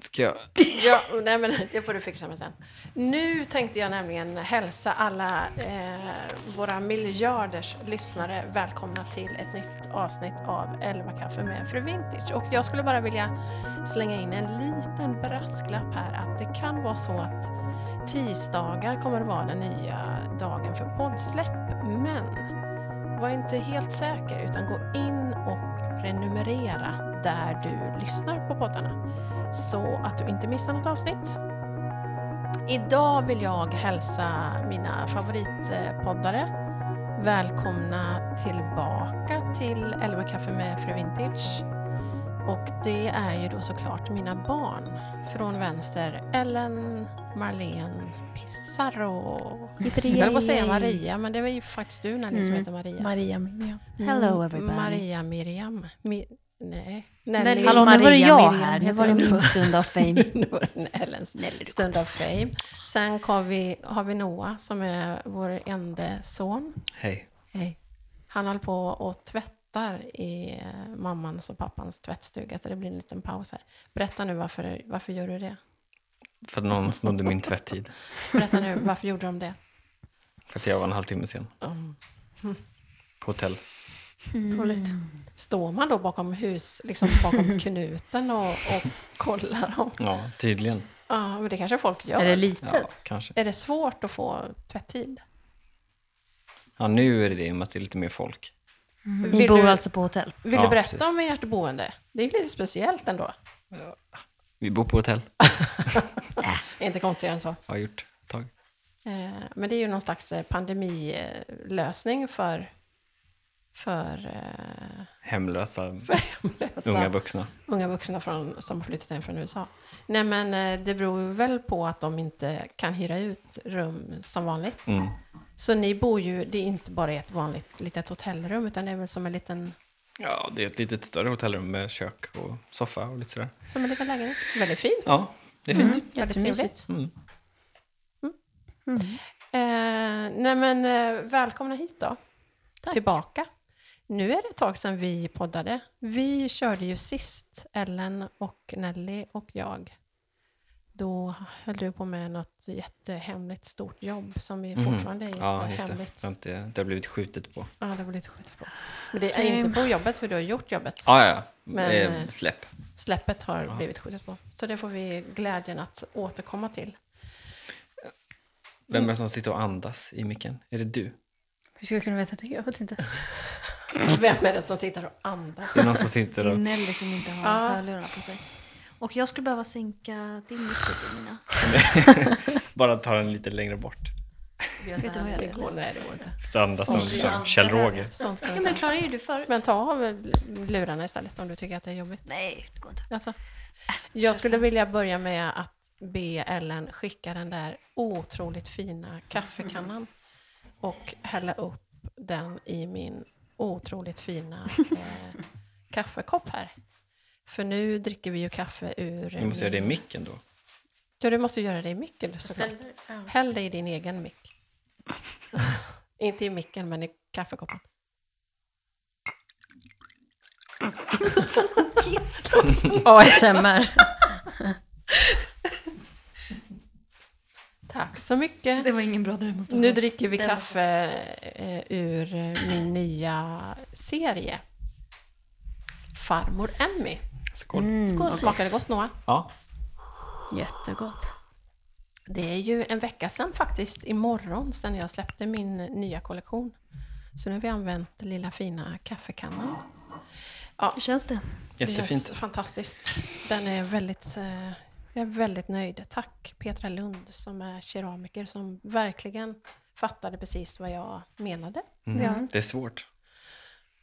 Ska jag... Ja, nej men det får du fixa med sen. Nu tänkte jag nämligen hälsa alla eh, våra miljarders lyssnare välkomna till ett nytt avsnitt av 11 kaffe med Fru Vintage. Och jag skulle bara vilja slänga in en liten brasklapp här att det kan vara så att tisdagar kommer att vara den nya dagen för poddsläpp. Men var inte helt säker utan gå in och prenumerera där du lyssnar på poddarna så att du inte missar något avsnitt. Idag vill jag hälsa mina favoritpoddare välkomna tillbaka till 11 kaffe med Fru Vintage. Och det är ju då såklart mina barn från vänster, Ellen, Marlene, Pissarro. Jag höll på att säga Maria, men det var ju faktiskt du Nanny som Mm. heter Maria. Mm. Maria Miriam. Hello everybody. Maria Miriam. Mi- nej. Nelly. Hallå, nu Maria var det jag Miriam här. Nu heter var det jag. min stund av fame. Nu var det Ellens stund av fame. Sen har vi, har vi Noah som är vår enda son. Hej. Han håller på och tvättar i eh, mammans och pappans tvättstuga, så det blir en liten paus här. Berätta nu varför, varför gör du det? För att någon snodde min tvätttid. Berätta nu, varför gjorde de det? För att jag var en halvtimme sen. Mm. På hotell. Mm. Dåligt. Står man då bakom hus, liksom bakom knuten och, och kollar dem? Ja, tydligen. Ja, men det kanske folk gör. Är det Ja, litet? kanske. är det svårt att få tvätttid? Ja, nu är det det i och med att det är lite mer folk. Mm. Ni Vill bor du- alltså på hotell? Vill Ja, du berätta precis. om ert boende? Det är ju lite speciellt ändå. Vi bor på hotell. Inte konstigare än så. Har gjort ett tag. Eh, Men det är ju någon slags eh, pandemilösning för, för, eh, Hemlösa för hemlösa unga unga, vuxna. vuxna från, som har flyttat hem från USA. Nej men eh, det beror ju väl på att de inte kan hyra ut rum som vanligt. Mm. Så ni bor ju, det är inte bara ett vanligt litet hotellrum utan det är väl som en liten, Ja, det är ett litet större hotellrum med kök och soffa och lite sådär. som en liten lägenhet. Väldigt fint. Ja, det är fint. Väldigt Jättemysigt. trevligt. Mm. Eh, nej men eh, välkomna hit då. Tack. Tillbaka. Nu är det ett tag sedan vi poddade. Vi körde ju sist, Ellen och Nelly och jag. Då höll du på med något jättehemligt stort jobb som vi fortfarande är Ja, just det. jättehemligt. Det har, inte, det har blivit skjutet på. Ja, det var lite skit på. Men det är inte på jobbet hur du har gjort jobbet. Ja, ja, ja. Men, Eh, eh, släpp. Släppet har blivit skjutet på. Så det får vi glädjen att återkomma till. Vem är det som sitter och andas i micken? Är det du? Hur ska jag kunna veta det? Jag vet inte. Vem är det som sitter och andas? Det är någon som sitter Det är Mm. och... Nelly som inte har Ja. hörlurarna på sig. Och jag skulle behöva sänka din mick lite, Mina. Bara tar den lite längre bort. Vet du vad jag Det heter? går, nej, det går inte. Sitter och andas som, liksom Som som andas. Kjell-Roger. Sånt kan Ja, vi men ta. det klarade ju du förr. Men ta av lurarna istället om du tycker att det är jobbigt. Nej, det går inte. Alltså, jag skulle vilja börja med att be Ellen skicka den där otroligt fina kaffekannan och hälla upp den i min otroligt fina eh, kaffekopp här. För nu dricker vi ju kaffe ur... Vi måste göra det i micken då. Ja, du måste göra det i micken. du, såklart. Häll det i din egen mick. Inte i micken, men i kaffekoppen. ASMR. Tack så mycket. Det var ingen bra demonstration. Nu dricker vi Mm. Den var- kaffe eh, ur eh, min nya serie. Farmor Emmy. Skål. Mm. Mm. Skål. Smakar det gott Noah? Alltså, Ja. Jättegott. Det är ju en vecka sedan faktiskt, imorgon, sedan jag släppte min nya kollektion. Så nu har vi använt lilla fina kaffekannan. Hur känns det? Det känns Jättefint. Fantastiskt. Den är väldigt, eh, jag är väldigt nöjd. Tack Petra Lund som är keramiker som verkligen fattade precis vad jag menade. Mm. Det är svårt.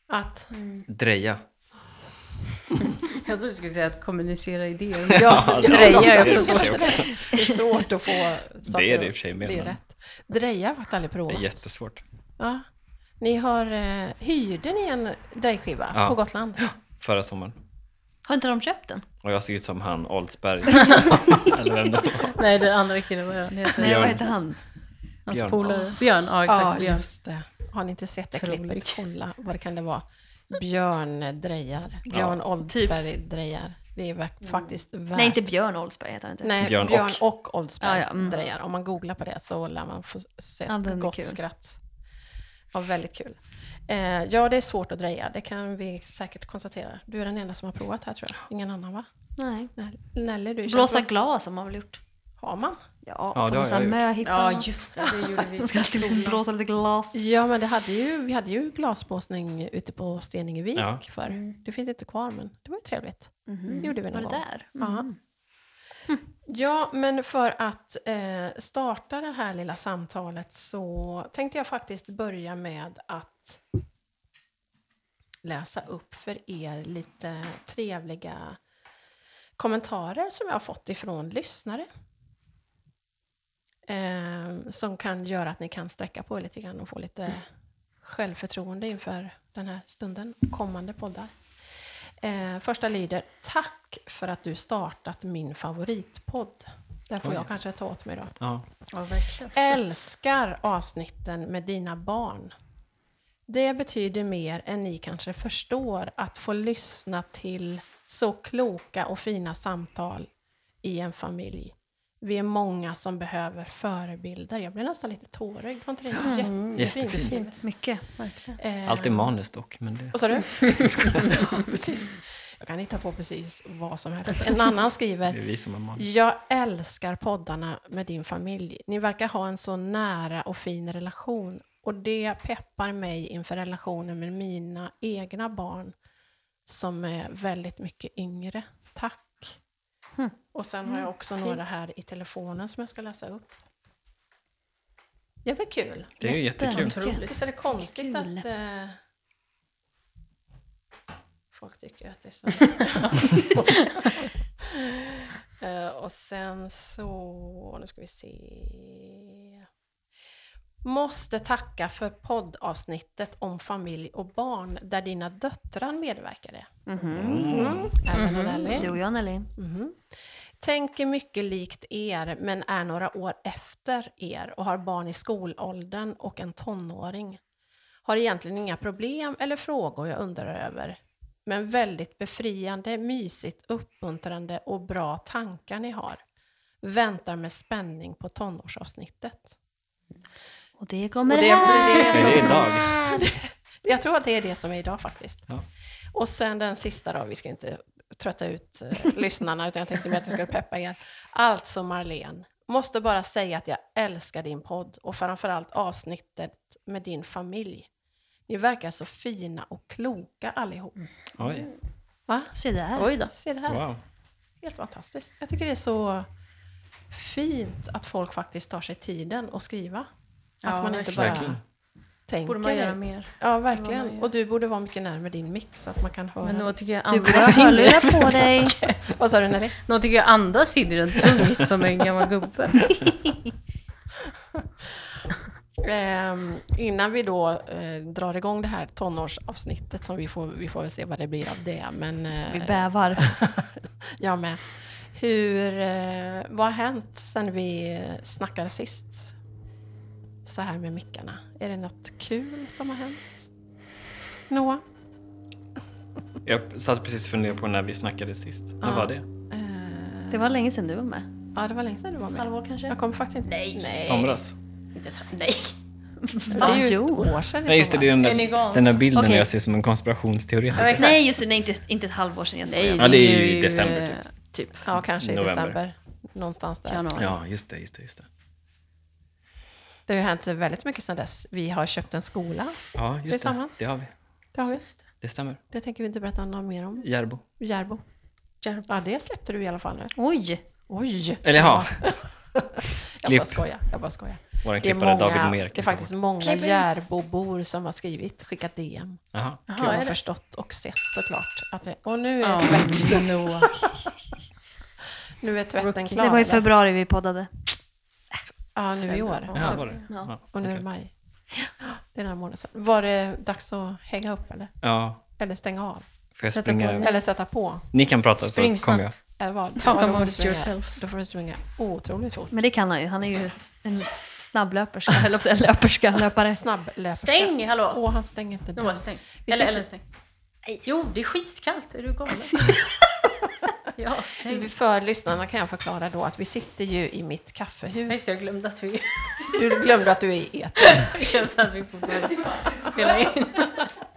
Att Dreja. Jag trodde du skulle säga att kommunicera idéer. Ja, det dreja det är i och också för sig svårt. också. Det är svårt att få saker Det är det i och att för sig med, bli men- rätt. Dreja har jag aldrig Det är provat. jättesvårt. Ja. Ni har, eh, hyrde ni en drejskiva Ja. på Gotland? Förra sommaren. Har inte de köpt den? Och jag såg ut som han Oldsberg. Eller vem det var. Nej, den andra killen, vad han heter. Nej, Björn. vad heter han? Hans Björn. polare. Björn, ja exakt. Björn. just det. Har ni inte sett det Otrolig. klippet? Kolla, vad det kan det vara? Björn drejar. Björn Oldsberg drejar. Det är Mm. verk- faktiskt värt... Nej, inte Björn Oldsberg heter han inte. Nej, Björn Björn, och. och, Oldsberg Ja, ja, mm. Drejar. Om man googlar på det så lär man få se Ja, ett den är gott kul. skratt. Ja, väldigt kul. Eh, ja, det är svårt att dreja. Det kan vi säkert konstatera. Du är den enda som har provat här tror jag. Ingen annan va? Nej. Nell- Nelly, du känner- Blåsa glas har man väl gjort? Har man? Ja, Ja, det på har jag någon gjort. möhippa. Ja, just det. Det gjorde vi Man ska alltid liksom blåsa lite glas. Ja, men det hade ju, vi hade ju glasblåsning ute på Steningevik Ja. förr. Det finns inte kvar, men det var ju trevligt. Mhm. Det gjorde vi Mm. Var någon det gång. där? Mm. Ja. Ja, men för att eh, starta det här lilla samtalet så tänkte jag faktiskt börja med att läsa upp för er lite trevliga kommentarer som jag har fått ifrån lyssnare. Eh, som kan göra att ni kan sträcka på er lite grann och få lite självförtroende inför den här stunden och kommande poddar. Eh, första lyder Tack för att du startat min favoritpodd. Den får Oj. jag kanske ta åt mig då. Ja. Ja, verkligen. Älskar avsnitten med dina barn. Det betyder mer än ni kanske förstår att få lyssna till så kloka och fina samtal i en familj. Vi är många som behöver förebilder. Jag blir nästan lite tårögd. Var inte det jättefint? Jättefint. skrivet? Mycket. verkligen. Eh, Allt är manus dock, men det... Vad sa du? ja, precis. Jag kan hitta på precis vad som helst. En annan skriver Det är vi som har manus. jag älskar poddarna med din familj. Ni verkar ha en så nära och fin relation och det peppar mig inför relationen med mina egna barn som är väldigt mycket yngre. Tack. Och sen har jag också några här i telefonen som jag ska läsa upp. Det är väl kul? Det är ju jättekul. Otroligt. Visst är det konstigt Kul. att eh, folk tycker att det är så... Eh, och sen så, nu ska vi se. Måste tacka för poddavsnittet om familj och barn där dina döttrar medverkade. Mhm. Mm. Ellen och Nelly. Du och jag Nelly. Mhm. Tänker mycket likt er, men är några år efter er och har barn i skolåldern och en tonåring. Har egentligen inga problem eller frågor jag undrar över. Men väldigt befriande, mysigt, uppmuntrande och bra tankar ni har. Väntar med spänning på tonårsavsnittet. Och det kommer Och det här. blir det Det är som- idag. Jag tror att det är det som är idag faktiskt. Ja. Och sen den sista då, vi ska inte trötta ut eh, lyssnarna, utan jag tänkte mer att jag skulle peppa er. Alltså Marlene, måste bara säga att jag älskar din podd och framförallt avsnittet med din familj. Ni verkar så fina och kloka allihop. Oj, Va? Se där. Oj då. Se det här, wow. helt fantastiskt. Jag tycker det är så fint att folk faktiskt tar sig tiden att skriva. Att Ja, man inte bara verkligen. Verkligen. tänker Borde man göra det. mer? Ja, Vad man verkligen. gör. Och du borde vara mycket närmare din mick så att man kan höra. Men då tycker jag Du borde andas ha in i, hörlurar på dig. Vad sa du Nelly? någon tycker jag andas in i den tungt som en gammal gubbe. Ehm, innan vi då eh, drar igång det här tonårsavsnittet som vi får, vi får väl se vad det blir av det. Men Vi eh, bävar. jag med. Hur, eh, vad har hänt sen vi snackade sist? Så här med mickarna. Är det något kul som har hänt? Noah? Jag satt precis och funderade på när vi snackade sist. När Ja. var det? Eh, Det var länge sedan du var med. ja, det var länge sedan du var med. Halvår kanske? Jag kommer faktiskt inte... Nej. Somras? Inte ta- Nej. Det är ju Jo. ett år sedan i Nej just det, sommar. det är den Är ni där, igång? den där bilden Okej. jag ser som en konspirationsteoretiker. Ja, exakt. Nej just det, nej, inte, inte ett halvår sedan jag Nej, skojar. Ja, det är ju i december, eh, typ. Ja, kanske i November. december. Någonstans där. Januari. Ja, just det, just det, just det. Det har ju hänt väldigt mycket sedan dess. Vi har köpt en skola Ja, just Tillsammans. det. Det har vi. Det har vi. Det stämmer. Det tänker vi inte berätta något mer om. Järbo. Järbo. Järbo. Ja, det släppte du i alla fall nu. Oj! Oj! Eller ja, Jag bara klipp. skojar. Jag bara skojar. våran Det är, klippare David många, Mer. det är faktiskt många Klipp ut. Järbobor som har skrivit, skickat DM. Jaha. Som Jaha, har är det? förstått och sett såklart. Att det, och nu är, Ja, tvätt, Noah. nu är tvätten klar. Det var i eller? februari vi poddade. Ja, nu i år. Ja, var det? Ja. Och nu är okej. maj. Det är några månader sedan. Var det dags att hänga upp eller? Ja, Eller stänga av? får jag Sätta på springa? den. Eller sätta på? Ni kan prata så Spring kommer jag. snabbt. Eller vad? Talk Ja, då får amongst du springa- yourselves. Då får du springa otroligt fort. Men det kan han ju. Han är ju en snabblöperska, höll jag på att säga. Löperska, löpare. Snabb löperska. Stäng, hallå! Åh, han stänger inte dörren. Noah, stäng. Vi Eller sitter- Ellen, stäng. Jo, det är skitkallt. Är du galen? Ja, stäng. För lyssnarna kan jag förklara då att vi sitter ju i mitt Just kaffehus. det, jag glömde att vi, Du glömde att du är i etern. jag glömde att vi fortfarande spelade in.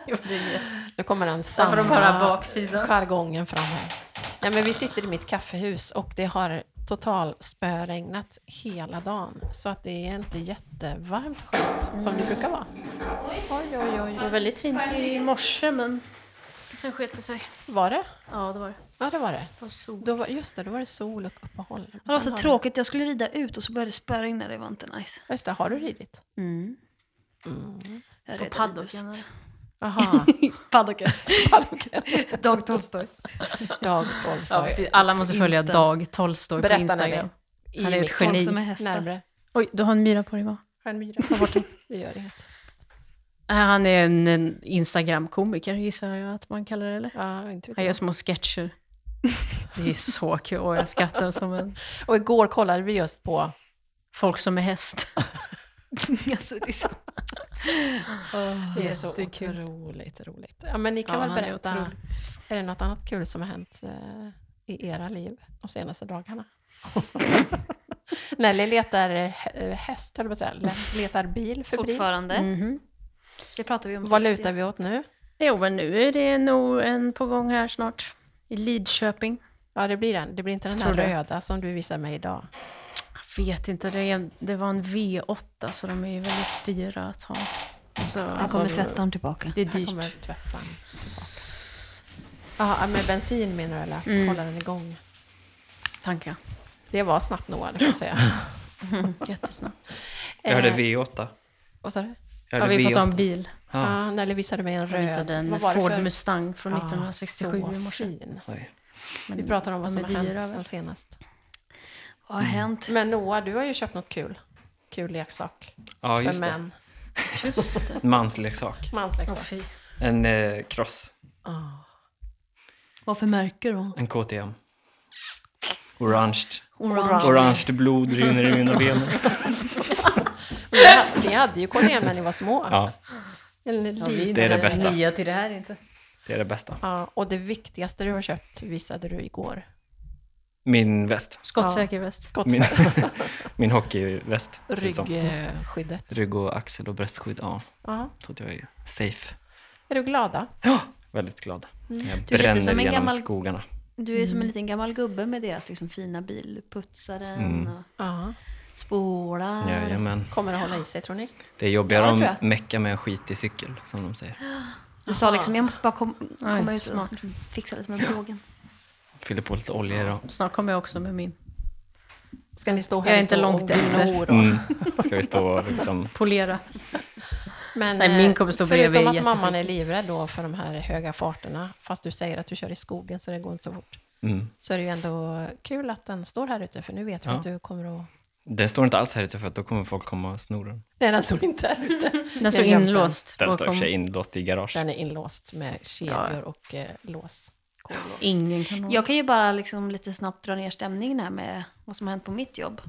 Det var det. Nu kommer den Där får de höra sanna baksidan. jargongen fram här. Nej, men vi sitter i mitt kaffehus och det har total spöregnat hela dagen. Så att det är inte jättevarmt skönt som det brukar vara. Oj, oj, oj. Det var väldigt fint i morse, men det kanske skete sig. Var det? Ja, det var det. Ja, det var det. Det var sol. Då var, just det, då var det sol och uppehåll. Det var så Sen har tråkigt, jag skulle rida ut och så började det spöregna. Det var inte nice. Just det, har du ridit? Mm. Jag På red paddocken. just. Jaha, Paddocken. Dag Tolstoj. dag Ja, 12 precis. Alla måste följa Insta. Dag Tolstoj på Berätta Instagram. i Han är ett Folk geni. som är hästar. Närmre. Oj, du har en myra på dig va? Stjärnmyra, ta bort den. Det gör inget. Äh, Han är en, en Instagram-komiker gissar jag att man kallar det, eller? Ja, inte vet Han gör jag. små sketcher. Det är så kul och jag skrattar som en Och igår kollade vi just på folk som är häst. Alltså, det är så... Det är så Jättekul. otroligt roligt. Ja, men ni kan Ja, väl han är berätta, är, otrolig. det något annat kul som har hänt eh, i era liv de senaste dagarna? Nelly letar eh, hä- häst, höll jag på att säga. Letar bil febrilt. Fortfarande. Mhm. Det pratar vi om Vad sist. lutar vi åt nu? Jo, men nu är det nog en på gång här snart. I Lidköping. Ja, det blir den. Det blir inte den här Tror du? röda som du visade mig idag. Jag vet inte, det, är, det var en V8 så de är ju väldigt dyra att ha. Så, alltså, Jag kommer Alltså, tvätta dem tillbaka. det är Här kommer dyrt. tvättaren tillbaka. Ja, med bensin menar du, eller att Mm. hålla den igång? Tankar. Det var snabbt Noah, det kan jag säga. Jättesnabbt. Jag hörde Eh, V8. Vad sa du? Ja, Jag hörde vi pratade om V8. bil. Ja. Ja. Nelly visade mig en Jag röd. visade en Vad var det Ford för- Mustang från Ja, 1967 i så morse. fin. Oj. Vi pratade om vad de som är har hänt dyra, sen väl? senast. Vad har hänt? Men Noah, du har ju köpt något kul. Kul leksak. Ja, för just det. män. Just det. En mansleksak. Åh, Mansleksak. fy. En eh, cross. Ah. Vad för märke då? En KTM. Orange. Orange. Orange blod rinner i mina ben. Men ni ha- Ni hade ju KDM när ni var små. Ja, Eller ni lite. Det är det bästa. Nya till det här inte. det är det bästa. Ja, och det viktigaste du har köpt visade du igår. Min väst. Skottsäker väst. Skott, Min, min hockeyväst. ser det ut som. Mm. ryggskyddet. Rygg och axel och bröstskydd. Ja, Ja. så att jag är safe. Är du glada? Ja, väldigt glad. Jag Du är lite som bränner genom en gammal- skogarna. Du är som en liten gammal gubbe med deras liksom, fina bil. Putsar den Mm. och Ja. spolar. Jajammen. Kommer att hålla i sig tror ni? Det är jobbigare Ja, det om tror jag. att mecka med en skitig cykel, som de säger. Du sa liksom, jag måste bara kom, komma ut och smart. liksom fixa lite med bågen. Fyller på lite olja idag. Snart kommer jag också med min. Ska ni stå här Jag är inte och- långt och gno efter. och- Mm. Ska vi stå och liksom... Polera. Men, Nej, min eh, kommer stå bredvid, Förutom att jätteskitig. mamman är livrädd då för de här höga farterna, fast du säger att du kör i skogen så det går inte så fort, Mm. så är det ju ändå kul att den står här ute, för nu vet vi Ja. att du kommer att... Den står inte alls här ute, för att då kommer folk komma och sno den. Nej, den står inte här ute. Den står Jag har gömt inlåst Den står i och bakom. för sig inlåst i garage. Den är inlåst med kedjor och eh, lås. Kodlås. Ingen kan nå. Jag kan ju bara liksom lite snabbt dra ner stämningen här med vad som har hänt på mitt jobb.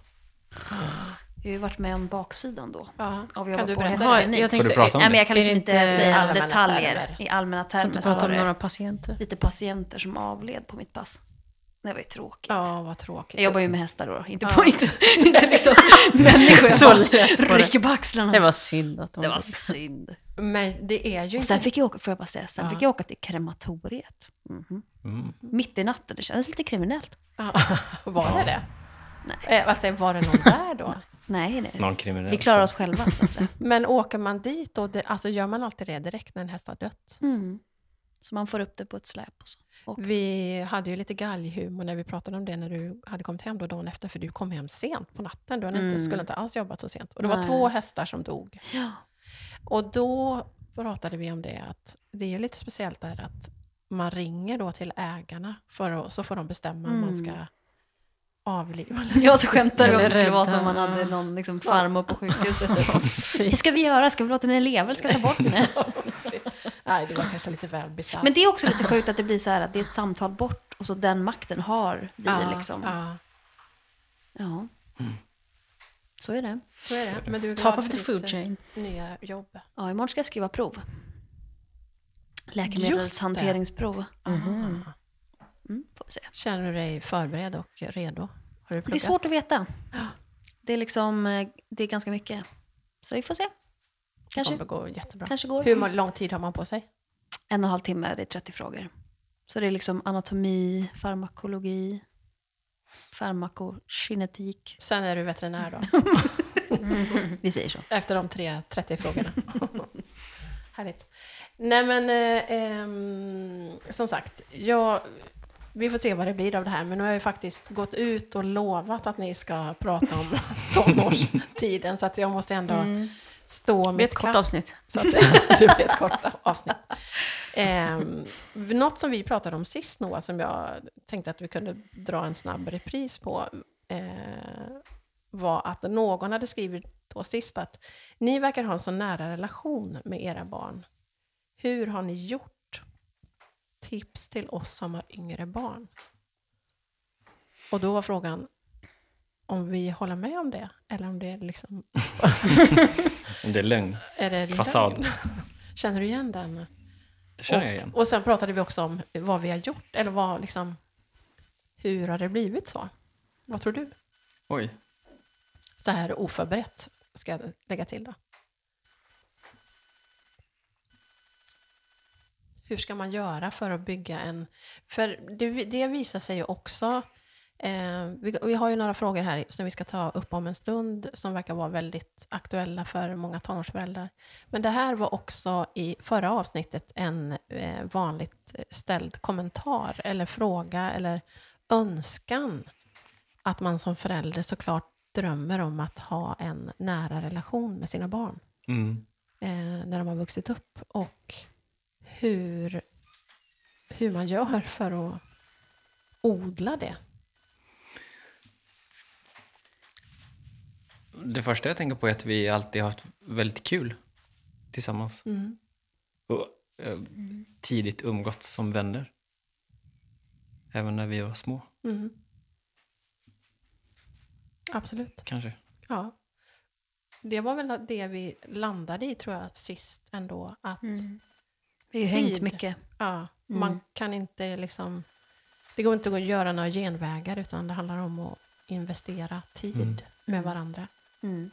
Jag har ju varit med om baksidan då. Ja. Av att jobba Kan du på berätta? hästklinik. Ja, jag Får du tänkte- prata om Nej, men det? jag kan Är liksom det inte, inte säga i alla allmänna detaljer. termer? I allmänna Får termer inte så prata var om det några patienter. lite patienter som avled på mitt pass. Det var ju tråkigt. Ja, vad tråkigt. Jag jobbar ju med hästar då, inte Ja. på inte, inte liksom människor. Så Jag bara lätt var det. Rycker på axlarna. Det var synd att de... det var synd. Men det är ju Och inte... sen fick jag åka, får jag bara säga, sen fick jag åka till krematoriet. Mhm. Mm. Mitt i natten, det kändes lite kriminellt. Ja, var det det? Nej. Eh, alltså, var det någon där då? Nej, nej. Någon kriminell. Vi klarar oss som- själva så att säga. Men åker man dit, och det, alltså, gör man alltid det direkt när en häst har dött? Mm. Så man får upp det på ett släp och så. Och, Vi hade ju lite galghumor när vi pratade om det när du hade kommit hem då dagen efter, för du kom hem sent på natten. Du hade inte, Mm. skulle inte alls jobbat så sent. Och det var Nej. två hästar som dog. ja. Och då pratade vi om det, att det är ju lite speciellt där att man ringer då till ägarna, för att, så får de bestämma om man Mm. ska avliva. Jag så skämtade om Eller det skulle vara rädda. som om man hade någon liksom, farmor på sjukhuset. Fy. Hur ska vi göra? Ska vi låta den leva eller ska vi ta bort den? Nej, det var kanske lite väl bisarrt. Men det är också lite sjukt att det blir så här att det är ett samtal bort och så den makten har vi Ja, liksom. ja, Ja. Så är det. så är det. Men du är Top glad of för the ditt, food eh, chain. nya jobb. Ja, imorgon ska jag skriva prov. Just det. Läkemedelshanteringsprov. Aha. Mm, får vi säga. Känner du dig förberedd och redo? Har du Det är pluggat? svårt att veta. Ja. Det är liksom, eh, det är ganska mycket. Så vi får se. Det Kanske, kommer gå jättebra. kanske går. Hur må- lång tid har man på sig? En och en halv timme, det är 30 frågor. Så det är liksom anatomi, farmakologi, farmakokinetik. Sen är du veterinär då, Mm, Vi säger så. efter de tre 30 frågorna. Härligt. Nej men, eh, ehm, som sagt, jag, vi får se vad det blir av det här. Men nu har jag ju faktiskt gått ut och lovat att ni ska prata om tonårstiden. Så att jag måste ändå Mm. Mm. stå Det blir mitt ett kort kast. avsnitt. så att säga. Det blir ett kort avsnitt. Ehm, något som vi pratade om sist, Noah, som jag tänkte att vi kunde dra en snabb repris på, eh, var att någon hade skrivit då sist att ni verkar ha en så nära relation med era barn. Hur har ni gjort? Tips till oss som har yngre barn. Och då var frågan om vi håller med om det, eller om det liksom... Om det är lögn. Är det Fasad. lögn? Känner du igen den? Det känner jag igen. Och, och sen pratade vi också om vad vi har gjort, eller vad liksom, hur har det blivit så? Vad tror du? Oj. Så här oförberett, ska jag lägga till då. Hur ska man göra för att bygga en... För det, det visar sig ju också... Eh, vi, vi har ju några frågor här som vi ska ta upp om en stund som verkar vara väldigt aktuella för många tonårsföräldrar. Men det här var också i förra avsnittet en eh, vanligt ställd kommentar eller fråga eller önskan att man som förälder såklart drömmer om att ha en nära relation med sina barn Mm. eh, när de har vuxit upp och hur, hur man gör för att odla det. Det första jag tänker på är att vi alltid har haft väldigt kul tillsammans. Mm, Och eh, tidigt umgåtts som vänner. Även när vi var små, Mm. Absolut. kanske. Ja. Det var väl det vi landade i tror jag sist ändå. Att Vi har Tid. ju hängt mycket. ja, man kan inte liksom... Det går inte att göra några genvägar utan det handlar om att investera tid med varandra. Mm.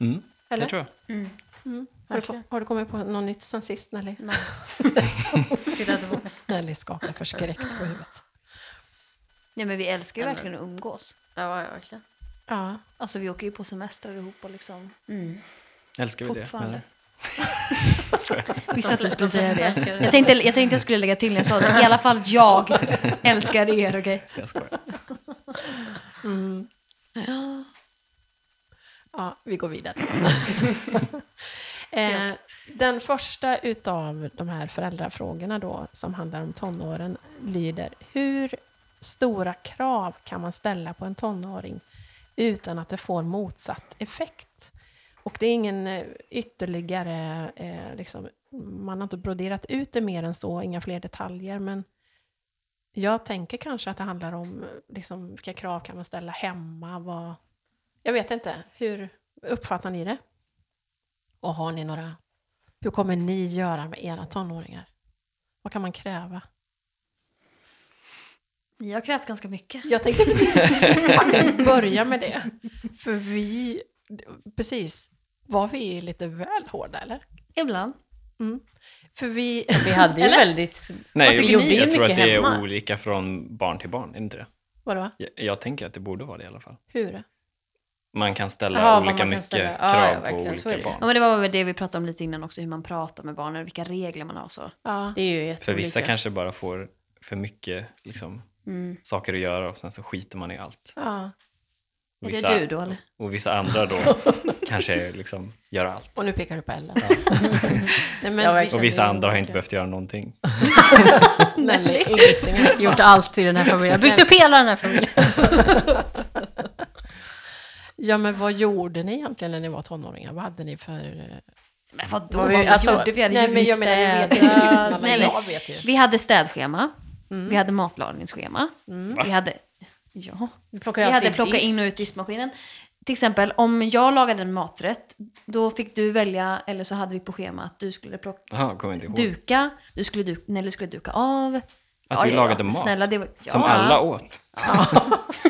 Mm. Eller? Det tror jag. Har du, Verkligen. kom- har du kommit på något nytt sen sist Nelly? Titta tillbaka. Nelly skakar förskräckt på huvudet. Nej, men vi älskar ju verkligen att umgås. Ja, verkligen. Ja, Alltså vi åker ju på semester ihop och liksom. Mm. Älskar vi det? Fortfarande. Eller? Visste att du skulle säga flesta älskar det. det. Jag tänkte, jag tänkte jag skulle lägga till när jag sa det. I alla fall jag älskar er, okej? Jag skojar. ja vi går vidare. eh, den första utav de här föräldrafrågorna då, som handlar om tonåren, lyder Hur stora krav kan man ställa på en tonåring utan att det får motsatt effekt? Och det är ingen eh, ytterligare, eh, liksom, man har inte broderat ut det mer än så, inga fler detaljer, men Jag tänker kanske att det handlar om eh, liksom, vilka krav kan man ställa hemma? Vad... Jag vet inte. Hur uppfattar ni det? Och har ni några... Hur kommer ni göra med era tonåringar? Vad kan man kräva? Ni har krävt ganska mycket. Jag tänkte precis faktiskt börja med det. För vi... Precis. Var vi lite väl hårda, eller? Ibland. För vi... Vi hade ju väldigt... Vad Nej, tycker jag, ni? Det är tror att mycket det är hemma. olika från barn till barn, är det inte det? Vadå? Jag, jag tänker att det borde vara det i alla fall. Hur? Man kan ställa Ja, vad olika man kan mycket ställa. Ja, ja, krav på verkligen. Så är olika det. barn. Ja, men det var väl det vi pratade om lite innan också, hur man pratar med barnen, vilka regler man har och så. Ja. Det är ju jätteolika. För vissa kanske bara får för mycket liksom, Mm. saker att göra och sen så skiter man i allt. ja. Är det Vissa- du då, eller? Och vissa andra då kanske liksom gör allt. Och nu pekar du på Ellen. Nej, men Ja, vi- verkligen. Och vissa andra har inte behövt göra någonting. Nelly, yngstingen. Gjort allt i den här familjen. Byggt upp hela den här familjen. Ja, men vad gjorde ni egentligen när ni var tonåringar? Vad hade ni för... eh, Men vadå? Vad vi- vad alltså, gjorde vi? hade nej, ju- men jag menar, vi vet inte städat. lyssna, men Nej, jag men vet ju. Mm. Vi hade städschema, vi hade matlagningsschema, vi hade... Ja. Vi plockar Vi ju hade alltid plockat disk. in och ut diskmaskinen. Till exempel om jag lagade en maträtt, då fick du välja, eller så hade vi på schema att du skulle plocka, Jaha, kommer inte ihåg. duka, du skulle du, Nelly skulle duka av, Att vi lagade mat Snälla, det var, ja. som alla åt.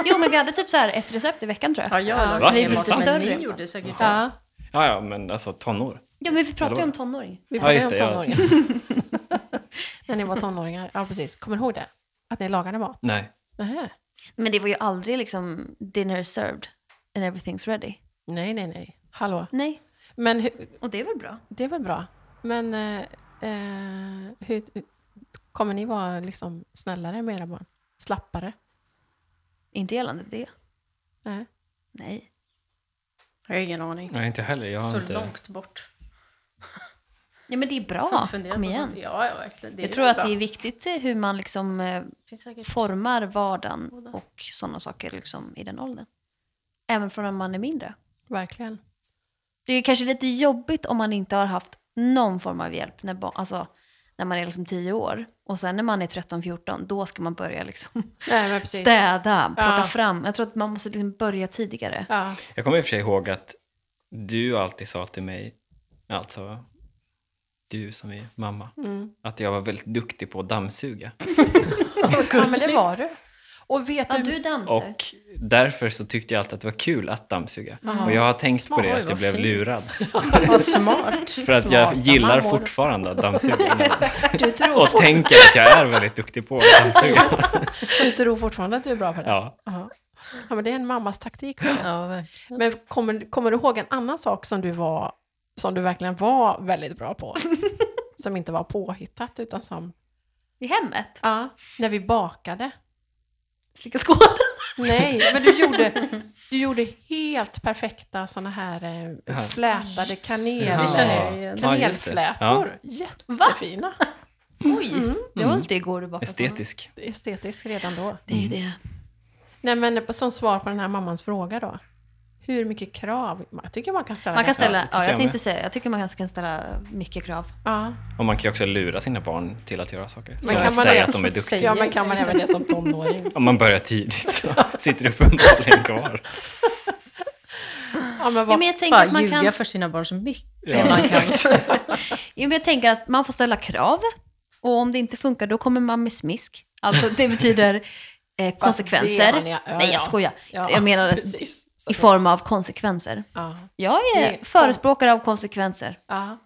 Jo, men vi hade typ så här ett recept i veckan tror jag. jag Va? lagade Är det mat, men större? ni gjorde säkert det. Ja, Ja, ja, men alltså tonår. Ja, men vi pratade ju Eller om tonåring. vi Ja, pratade ju just om det, ja. tonåringar. När ni var tonåringar. Ja, precis. Kommer du ihåg det? Att ni lagade mat? Nej. Nähä. Men det var ju aldrig liksom dinner served and everything's ready. Nej, nej, nej. Hallå. Nej, Men hur, och det är väl bra. det är väl bra. Men eh, eh, hur, kommer ni vara liksom snällare med era barn? Slappare? Inte gällande det. Nej. Nej. Jag har ingen aning. Nej, inte heller. Jag har Så inte... långt bort. Ja, men det är Får bra. inte fundera Ah, Kom på igen. sånt. Ja, ja, verkligen. Det är Jag tror ju att bra. det är viktigt eh, hur man liksom eh, Finns säkert- formar vardagen och sådana saker liksom i den åldern. Även från när man är mindre. Verkligen. Det är kanske lite jobbigt om man inte har haft någon form av hjälp när, ba- alltså, när man är liksom 10 år. Och sen när man är 13-14, då ska man börja liksom Nej, men precis. städa, plocka Ja. fram. Jag tror att man måste liksom börja tidigare. Ja. Jag kommer i och för sig ihåg att du alltid sa till mig, alltså du som är mamma, att jag var väldigt duktig på att dammsuga. ja, men det var du. Och vet Ja, du... du dammsög. Och därför så tyckte jag alltid att det var kul att dammsuga. Och jag har tänkt på det, Smart, att jag vad blev fint. lurad. Vad smart. För att jag Smarta gillar mammor. fortfarande att dammsuga. Du tror, Och tänker att jag är väldigt duktig på att dammsuga. du tror fortfarande att du är bra på det? Ja. Jaha. Ja, men det är en mammas taktik. Ja, verkligen. Men kommer, kommer du ihåg en annan sak som du, var, som du verkligen var väldigt bra på? som inte var påhittat, utan som... I hemmet. Ja, när vi bakade. Slicka skål. Nej, men du gjorde, du gjorde helt perfekta såna här eh, Ja. flätade kanel, Ja. känner jag igen. Ja, just det. kanelflätor. Jättefina. Oj, det var inte igår du bakade Estetisk. Estetiskt redan då. Det är ju det. Mm. Nej, men på- som svar på den här mammans fråga då. Hur mycket krav? Jag tycker man kan ställa Man kan ganska- det ställa, tycker ja, jag jag tänkte med. säga, jag tycker man ganska kan ställa mycket krav. Ja. Och man kan ju också lura sina barn till att göra saker. Så Men kan man säga det- att de är duktiga. ja, men kan man även det som tonåring? Om man börjar tidigt så sitter det uppenbarligen kvar. Ja, men Ja, vad, men jag tänker Bara att man ljuga kan... för sina barn så mycket Ja. man kan. Jo, men jag tänker att man får ställa krav. Och om det inte funkar, då kommer man med smisk. Alltså, det betyder eh, konsekvenser. man är- ja, Nej, ja. jag skojar. Ja, jag menar att- precis. Så- i form av konsekvenser. Ja. Jag är Det- förespråkare av konsekvenser. Ja.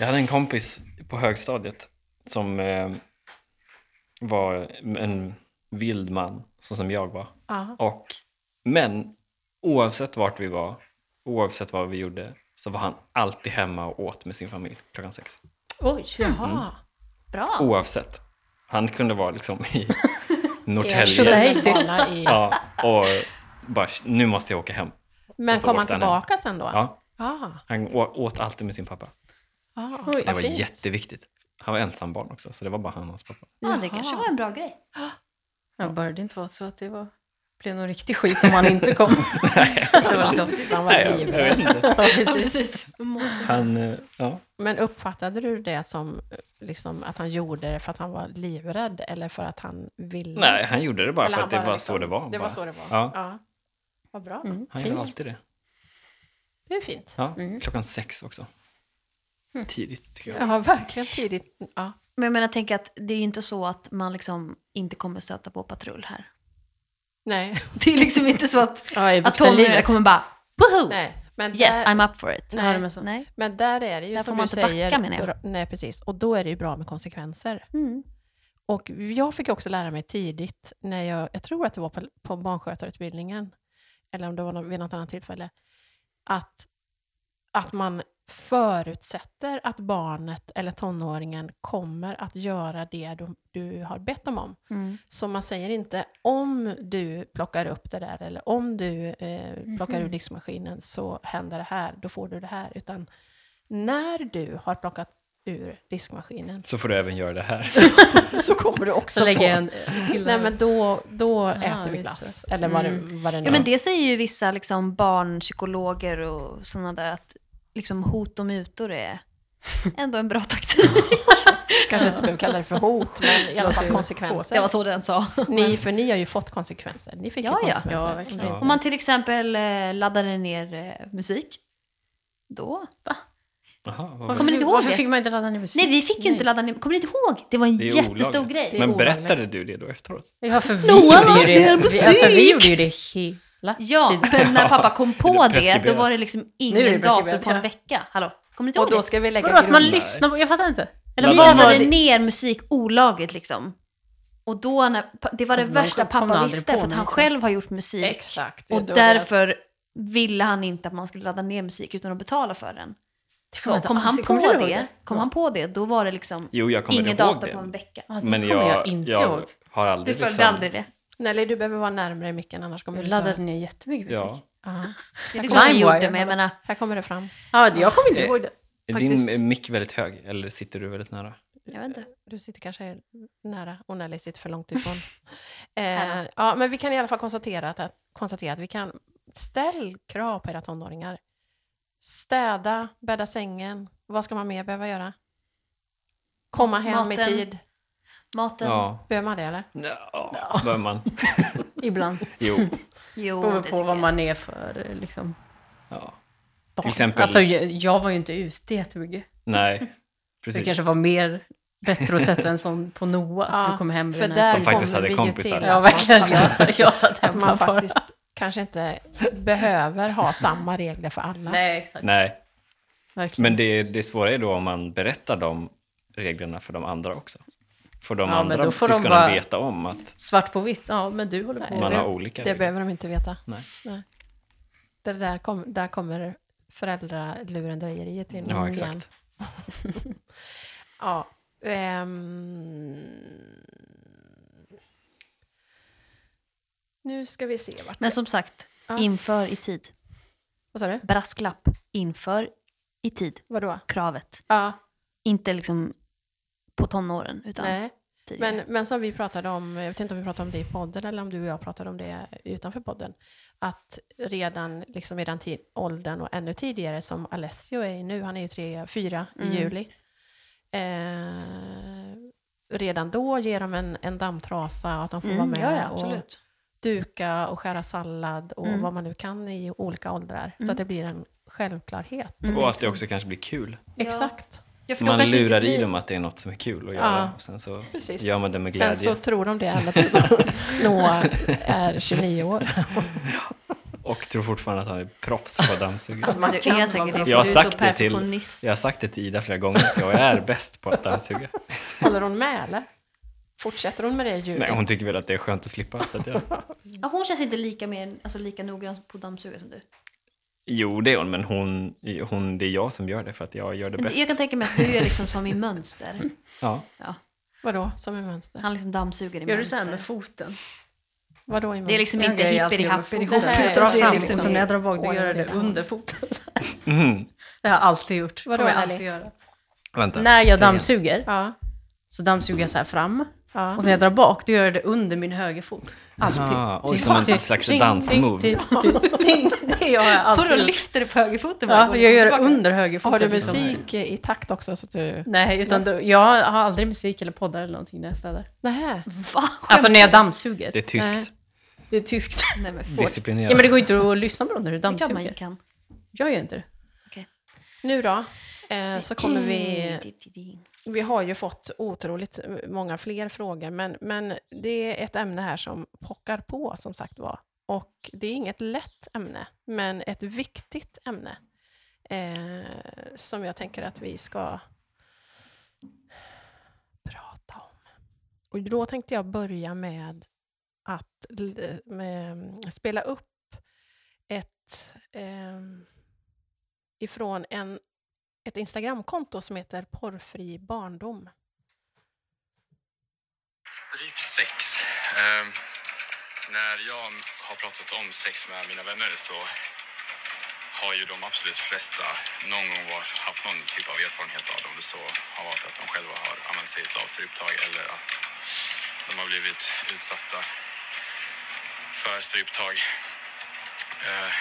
Jag hade en kompis på högstadiet som eh, var en vild man, så som jag var. Ja. Och, men oavsett vart vi var, oavsett vad vi gjorde, så var han alltid hemma och åt med sin familj klockan sex. Oj, Mm. Jaha. Bra. Oavsett. Han kunde vara liksom i Erkänn Norrtälje. Helvete. bana i... Ja, och bara, nu måste jag åka hem. Men Och så kom han åkte han hem. tillbaka sen då? Ja, Ah, han å- åt alltid med sin pappa. ah, Det vad var fint. jätteviktigt. Han var ensambarn också, så det var bara han och hans pappa. Ja, det kanske var en bra grej. Ja, bör det inte vara så att det var, blev någon riktig skit om han inte kom? att det var liksom, Han var Nej, jag, ivrig. jag vet inte. ja, precis. Han, eh, ja. Men uppfattade du det som eh, liksom, att han gjorde det för att han var livrädd eller för att han ville? Nej, han gjorde det bara Eller för han att det var liksom- så det var. Det var bara. så det var? Ja. ja. Vad bra. Mm. Han Fint. gjorde alltid det. Det är fint. Ja. Klockan sex också. Tidigt, tycker jag. Jag har verkligen tidigt... Ja. Men jag menar, tänk att det är ju inte så att man liksom inte kommer stöta på patrull här. Nej. Det är liksom inte så att, Ja, i att tonåringar vuxenlivet. kommer bara “woho! Nej. Men Yes, där, I'm up for it”. Nej. men, så. Nej. men där är det ju Där får som man du inte säger. backa, menar jag. bra- Nej, precis. Och då är det ju bra med konsekvenser. Mm. Och jag fick också lära mig tidigt, när jag, jag tror att det var på, på barnskötarutbildningen, eller om det var nå- vid något annat tillfälle, att, att man förutsätter att barnet eller tonåringen kommer att göra det du, du har bett dem om. Mm. Så man säger inte om du plockar upp det där eller om du eh, plockar ur diskmaskinen så händer det här, då får du det här. Utan när du har plockat ur diskmaskinen Så får du även göra det här. så kommer du också Så lägger få. jag en eh, till. Ah, Nej men då, då äter just vi det. glass. Eller vad, det, vad Mm. det nu Ja, men det säger ju vissa liksom, barnpsykologer och sådana där att liksom, hot och mutor är ändå en bra taktik. Kanske inte behöver kalla det för hot, men i alla fall Det var konsekvenser. så den sa. Ni, för ni har ju fått konsekvenser. Ni fick Ja, ju ja. konsekvenser. Ja, verkligen. Ja. Om man till exempel eh, laddade ner eh, musik, då... Jaha, vad var Kommer det? ni inte ihåg Varför det? fick man inte ladda ner Typ. musik? Nej, vi fick ju inte ladda ner. Kommer ni inte ihåg? Det var en Det är jättestor olagligt. grej. Men olagligt. berättade du det då efteråt? Ja, för vi gjorde ju det. Vi, alltså, vi gjorde ju det hela Ja, tiden. men när pappa kom på Är det det, då preskriberat? var det liksom Nu är det ingen dator preskriberat, på en ja. vecka. Hallå, kommer ni inte Och ihåg då det? ska vi lägga Vadå att man grunden. lyssnar på? Jag fattar inte. Eller Vi Vad var laddade ner musik olagligt liksom. Och då, när, pa- det var det Men de värsta kom- kom pappa aldrig visste, på för att mig, han tror jag. själv har gjort musik. Exakt. Och det var därför ville han inte att man skulle ladda ner musik utan att betala för den. kommer Så jag inte kom alls han på ihåg. Kommer du ihåg det, det? kom han på det, då var det liksom Jo, jag kommer ingen ihåg dator på en det. vecka. Ja, det Men kommer jag, jag, inte ihåg. har Du aldrig följde liksom... aldrig det. Nelly, du behöver vara närmare micken annars kommer Jag du inte... laddade ner jättemycket musik. Ja. Det är klart du Limewire. gjorde, men jag menar, Här kommer det fram. Ja, det- jag kommer Eh, inte ihåg det. Är Faktiskt. din mick väldigt hög eller sitter du väldigt nära? jag vet inte. Du sitter kanske nära och Nelly sitter för långt ifrån. eh, ja, men vi kan i alla fall konstatera att, att, konstatera att vi kan... Ställ krav på era tonåringar. Städa, bädda sängen. Vad ska man mer behöva göra? Komma hem Maten. i tid. Maten, Ja. Behöver man det eller? Ja, bör man. Ibland. Jo. jo, det Beror tycker på vad jag. man är för liksom, Ja. barn. Till exempel- Alltså, jag, jag var ju inte ute jättemycket. Nej, Så det precis. kanske var mer bättre att sätta en sån på Noah, att Ja, du kom hem För med den där här. Som faktiskt kommer hade vi ju kompisar. till Ja, att man verkligen. Jag, satt- jag satt att hemma man bara. faktiskt kanske inte behöver ha samma regler för alla. Nej, exakt. Nej, Verkligen. men det, det svåra är då om man berättar de reglerna för de andra också. Får de Ja, men andra då får de syskonen bara- veta om att Svart på vitt. Ja, men du håller på. Nej. man det- har olika Det regler? behöver de inte veta. Nej. Det där, kom, där kommer föräldralurendrejeriet in Ja, igen. exakt. Ja, ehm. Nu ska vi se vart... Men som sagt, Ja. inför i tid. Vad sa du? Brasklapp, inför i tid. Vadå? Kravet. Ja, Inte liksom på tonåren, utan nej. tidigare. Men, men som vi pratade om, jag vet inte om vi pratade om det i podden eller om du och jag pratade om det utanför podden, att redan liksom i den tid, åldern och ännu tidigare som Alessio är i nu, han är ju tre, fyra Mm. i juli, eh, redan då ger de en, en dammtrasa och att de får vara Mm, med ja, ja, och absolut. duka och skära sallad och Mm. vad man nu kan i olika åldrar, så att det blir en självklarhet. Och att det också kanske blir kul. Ja. Exakt. Ja, för då Man kanske inte lurar i blir- dem att det är något som är kul att göra Ja, och sen så precis. gör man det med Sen så glädje. tror de det ända tills Noah är 29 år. Och tror fortfarande att han är proffs på att dammsuga. Att man Alltså, kan är säkert det, Jag har för du är så sagt det till- perfektionist. Jag har sagt det till Ida flera gånger, att jag är bäst på att dammsuga. Håller hon med eller? Fortsätter hon med det ljudet? Nej, hon tycker väl att det är skönt att slippa. Så att jag... Ja, hon känns inte lika, mer, alltså, lika noggrann på dammsugare som du. Jo, det är hon, men hon, hon, det är jag som gör det för att jag gör det Men bäst. Jag kan tänka mig att du är liksom som i mönster. Ja. Ja, Vadå, som i mönster? han liksom dammsuger i Gör du så här mönster. med foten? Vadå i mönster? det är liksom Jag inte grejer alltid hippity med happy. foten. Det här- Jag drar det är fram liksom- och sen när jag drar bak då gör jag det under foten. så här. Mhm. Det har jag alltid gjort. Vadå, Kommer jag Nelly? alltid göra. Vänta. När jag Säg igen. dammsuger Ja, så dammsuger jag så här fram. ja. Och sen när jag drar bak, då gör jag det under min högerfot. Alltså, typ, Alltid. Ah, oj, Ting, som en ting, slags ting, dansmove. ting, ting, ting. Det har jag För alltid att gjort. lyfter du på högerfoten varje Ja, gång jag gör det tillbaka. under högerfoten. Har du liksom. musik i takt också? Så att du... Nej, utan då, jag har aldrig musik eller poddar eller någonting när jag städar. Nähä. Va? Alltså när jag dammsuger. Det är Det, tyskt. Nej. är tyskt. Nej men får. Det Disciplinerat. Eh, Ja, men det går ju inte att lyssna på dem när du kan man ju dammsuger. kan. Jag gör inte det. Nu då, eh, så kommer vi... Vi har ju fått otroligt många fler frågor, men, men det är ett ämne här som pockar på, som sagt var. Och det är inget lätt ämne, men ett viktigt ämne. Eh, som jag tänker att vi ska prata om. Och då tänkte jag börja med att l- med, spela upp ett ehm, ifrån en ett Instagramkonto som heter Porrfri barndom. Stryp sex. Ehm, när jag har pratat om sex med mina vänner så har ju de absolut flesta någon gång varit, haft någon typ av erfarenhet av dem. Det så har varit att de själva har använt sig av stryptag eller att de har blivit utsatta för stryptag. Eh,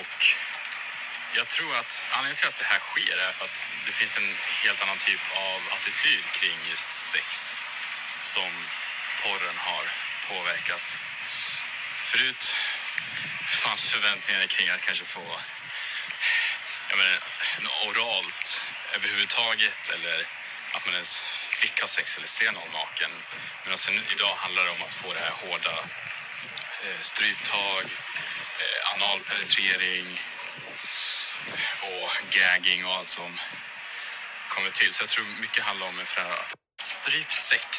och jag tror att anledningen till att det här sker är för att det finns en helt annan typ av attityd kring just sex som porren har påverkat. Förut fanns förväntningar kring att kanske få jag menar, oralt överhuvudtaget eller att man ens fick ha sex eller se någon naken. Men sen idag handlar det om att få det här hårda eh, stryptag, eh, analpenetrering och gagging och allt som kommer till. Så jag tror mycket handlar om en förändrad attityd. Strypsex.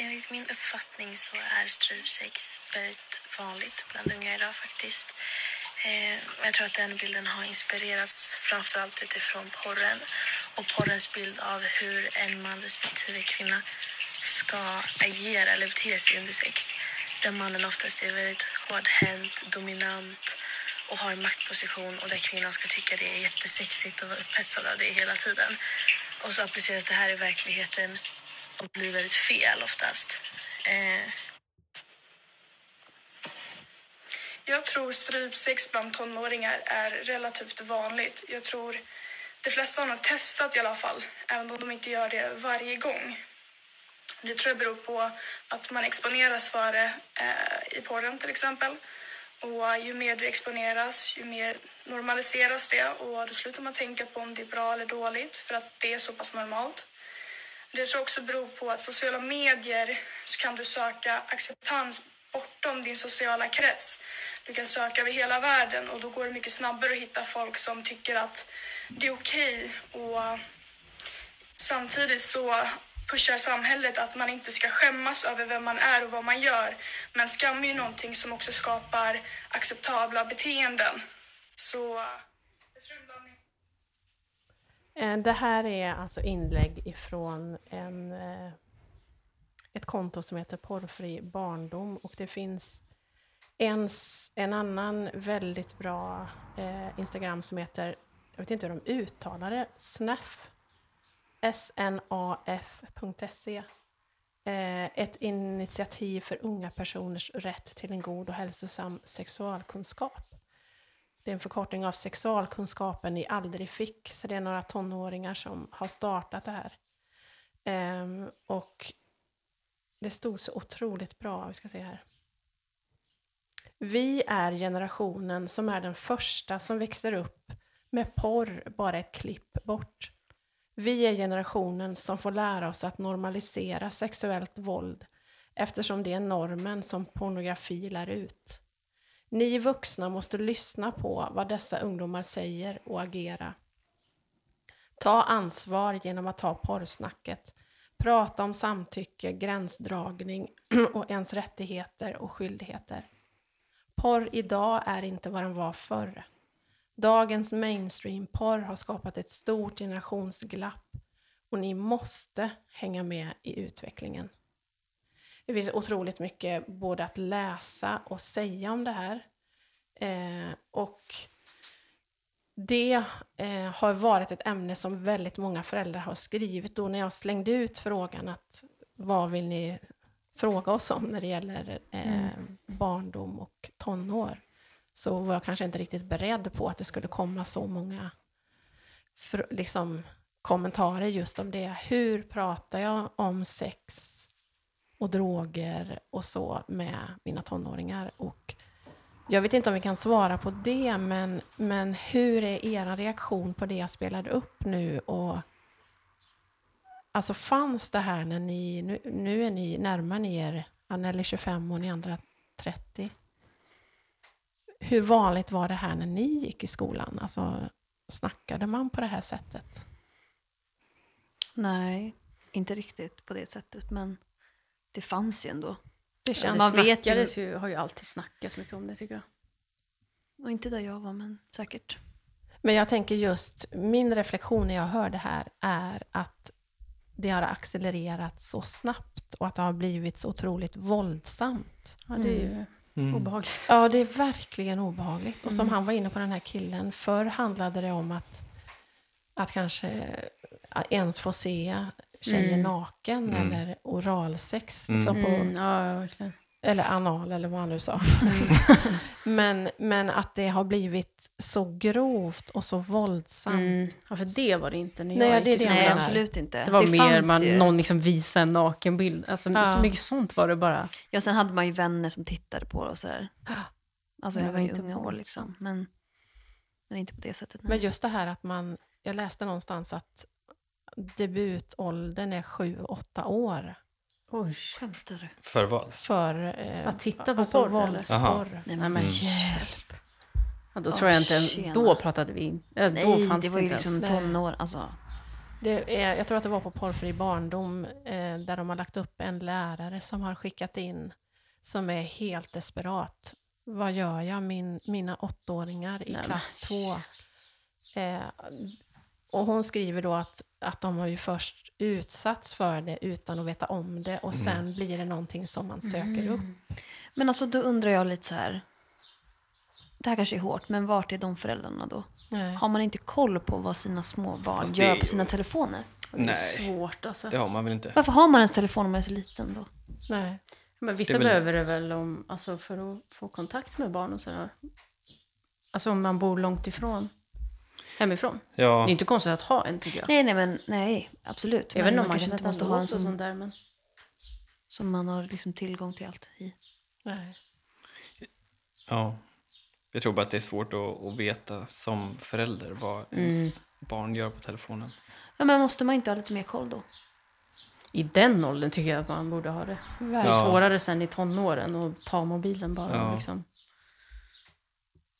Enligt min uppfattning så är strypsex väldigt vanligt bland unga idag faktiskt. Eh, jag tror att den bilden har inspirerats framförallt utifrån porren och porrens bild av hur en man respektive kvinna ska agera eller bete sig under sex. Där mannen oftast är väldigt hårdhänt, dominant och har en maktposition och där kvinnan ska tycka det är jättesexigt och vara upphetsad av det hela tiden. Och så appliceras det här i verkligheten och blir väldigt fel oftast. Eh, Jag tror strypsex bland tonåringar är relativt vanligt. Jag tror de flesta har nog testat i alla fall, även om de inte gör det varje gång. Det tror jag beror på att man exponeras för det eh, i porren till exempel. Och eh, ju mer du exponeras, ju mer normaliseras det och då slutar man tänka på om det är bra eller dåligt för att det är så pass normalt. Det tror jag också beror på att sociala medier så kan du söka acceptans bortom din sociala krets. Du kan söka över hela världen och då går det mycket snabbare att hitta folk som tycker att det är okej och samtidigt så pushar samhället att man inte ska skämmas över vem man är och vad man gör. Men skam är ju någonting som också skapar acceptabla beteenden. Så eh, jag tror ibland Eh, Det här är alltså inlägg ifrån en, eh, ett konto som heter Porrfri barndom och det finns en, s- en annan väldigt bra eh, Instagram som heter, jag vet inte hur de uttalar det, snaf snaf.se E. eh, Ett initiativ för unga personers rätt till en god och hälsosam sexualkunskap. Det är en förkortning av sexualkunskapen ni aldrig fick, så det är några tonåringar som har startat det här. Ehm, och det stod så otroligt bra, vi ska se här. Vi är generationen som är den första som växer upp med porr bara ett klipp bort. Vi är generationen som får lära oss att normalisera sexuellt våld eftersom det är normen som pornografi lär ut. Ni vuxna måste lyssna på vad dessa ungdomar säger och agera. Ta ansvar genom att ta porrsnacket. Prata om samtycke, gränsdragning och ens rättigheter och skyldigheter. Porr idag är inte vad den var förr. Dagens mainstream-porr har skapat ett stort generationsglapp och ni måste hänga med i utvecklingen. Det finns otroligt mycket både att läsa och säga om det här. Eh, och det eh, har varit ett ämne som väldigt många föräldrar har skrivit. Då när jag slängde ut frågan att vad vill ni fråga oss om när det gäller eh, barndom och tonår så var jag kanske inte riktigt beredd på att det skulle komma så många fr- liksom, kommentarer just om det. Hur pratar jag om sex och droger och så med mina tonåringar. Och jag vet inte om vi kan svara på det, men, men hur är er reaktion på det jag spelade upp nu? Och, alltså fanns det här när ni, nu, nu är ni, närmar ni er, Anneli 25 och ni andra 30. Hur vanligt var det här när ni gick i skolan? Alltså, snackade man på det här sättet? Nej, inte riktigt på det sättet. Men det fanns ju ändå. Det Ja, känns... det man snackades vet ju, ju, har ju alltid snackats mycket om det tycker jag. Och inte där jag var, men säkert. Men jag tänker just, min reflektion när jag hör det här är att det har accelererat så snabbt och att det har blivit så otroligt våldsamt. Mm. Ja, det är ju obehagligt. Ja, det är verkligen obehagligt. Och som Mm. han var inne på, den här killen, förr handlade det om att, att kanske ens få se tjejer naken eller oralsex. Liksom på, Mm, ja, verkligen. eller anal eller vad han nu sa. Mm. men, men att det har blivit så grovt och så våldsamt. Mm. Ja, för det var det inte när jag Nej, gick det är i det jag skolan. Nej, menar. absolut inte. Det var mer fanns man, ju. någon liksom visade en nakenbild. Alltså, Ja. Så mycket sånt var det bara. Ja, sen hade man ju vänner som tittade på det och sådär. Alltså Men det jag var var ju inte liksom. unga år liksom. Men, Men inte på det sättet. nej. Mm. Men just det här att man, jag läste någonstans att debutåldern är sju, åtta år Oj. Skämtar du? För vad? för eh, Att titta på alltså, porr, eller? våldsporr. Nej, Nej, men Mm. men hjälp. Ja, då tror jag inte tjena. ens... Då pratade vi in. Ja, Nej, då fanns det det, var ju inte liksom ens. tonår. Alltså, Det är, jag tror att det var på Porrfri barndom eh, där de har lagt upp en lärare som har skickat in som är helt desperat. Vad gör jag min, mina åttaåringar i Nej, men klass två? Eh, och hon skriver då att, att de har ju först utsatts för det utan att veta om det och sen blir det någonting som man söker Mm. upp. men alltså då undrar jag lite så här. Det här kanske är hårt, men vart är de föräldrarna då? Nej. Har man inte koll på vad sina små barn Fast det är gör ju- på sina telefoner? Det är Nej, svårt alltså. det har man väl inte. Varför har man ens telefon om man är så liten då? Nej. Men Det vissa är väl- behöver det väl om, alltså för att få kontakt med barn och sådär. Alltså om man bor långt ifrån hemifrån. Det Ja, är inte konstigt att ha en tycker jag. Nej, nej, men nej, absolut. Även men om man kanske inte kan sätta en måste ha en lås och som, sånt där. Men... som man har liksom tillgång till allt i. Nej. ja. Jag tror bara att det är svårt att, att veta som förälder vad ens Mm. barn gör på telefonen. Ja, men måste man inte ha lite mer koll då? I den åldern tycker jag att man borde ha det. Det är Ja. svårare sen i tonåren att ta mobilen bara. Ja. Liksom.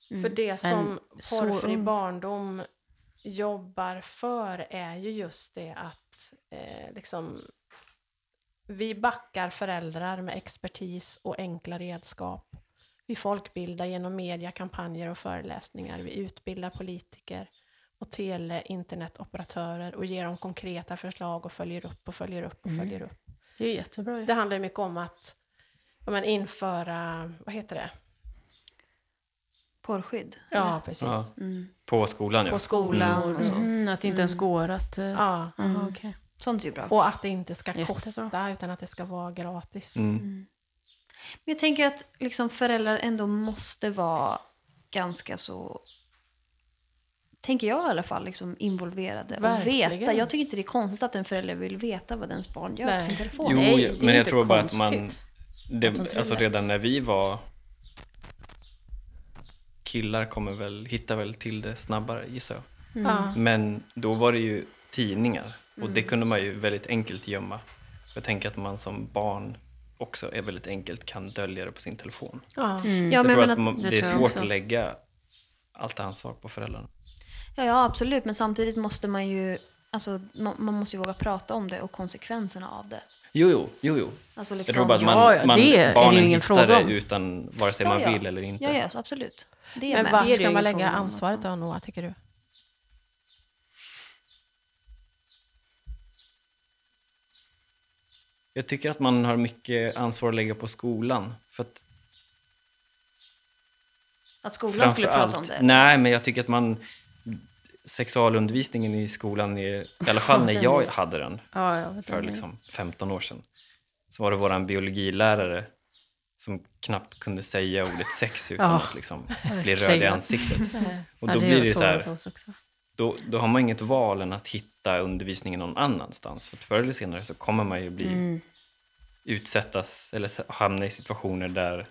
För det Men som Mm. så Porrfri ung. barndom jobbar för är ju just det att eh, liksom, vi backar föräldrar med expertis och enkla redskap. Vi folkbildar genom media, kampanjer och föreläsningar. Vi utbildar politiker och tele internetoperatörer och ger dem konkreta förslag och följer upp och följer upp och Mm. följer upp. Det är ju jättebra. ju. Det handlar ju mycket om att ja, men införa, vad heter det? Porrskydd? Mm. Ja, precis. Ja. På skolan, ja. På skolan och så. Mm, att det inte ens går att... eh, Ja. aha, okej. Sånt är ju bra. Mm. Och att det inte ska Jättebra. kosta utan att det ska vara gratis. Mm. Men jag tänker att liksom föräldrar ändå måste vara ganska så, tänker jag i alla fall, liksom involverade. Verkligen. Och veta. Jag tycker inte det är konstigt att en förälder vill veta vad ens barn gör Nej. på sin telefon. Mm. Jo, Nej, det är jag- ju men jag inte tror bara att man... konstigt att de Det, tror alltså rätt. redan när vi var... Killar kommer väl, hittar väl till det snabbare gissar jag. Mm. Ja. Men då var det ju tidningar och det kunde man ju väldigt enkelt gömma. Jag tänker att man som barn också är väldigt enkelt kan dölja det på sin telefon. Ja. Ja, Mm. jag men, tror men att att, man, det det, tror är jag svårt också. att lägga allt ansvar på föräldrarna. ja, ja, absolut. Men samtidigt måste man ju, alltså, man, man måste ju våga prata om det och konsekvenserna av det. Jo, jo, jo, jo. Alltså, Jag liksom, tror bara att man, Ja, ja, man det är det ju barnen ingen hittar fråga om. det utan vare sig Ja, man ja. vill eller inte. Ja, ja, så absolut. Det är Men med. vart det är ska man ingen lägga fråga om ansvaret då, Noah, tycker du? Jag tycker att man har mycket ansvar att lägga på skolan. För att Att skolan framför skulle prata om allt, det. nej, men jag tycker att man... Sexualundervisningen i skolan, är, i alla fall när Den jag är- hade den, Ja, ja, för den är- liksom 15 år sedan. Så var det vår biologilärare som knappt kunde säga ordet sex utan Ja, att liksom bli röd i verkligen. ansiktet. Och Ja, då det blir är det ju så svårare för här, oss också. då, då har man inget val än att hitta undervisningen någon annanstans. För att förr eller senare så kommer man ju bli Mm. utsättas eller se- hamna i situationer där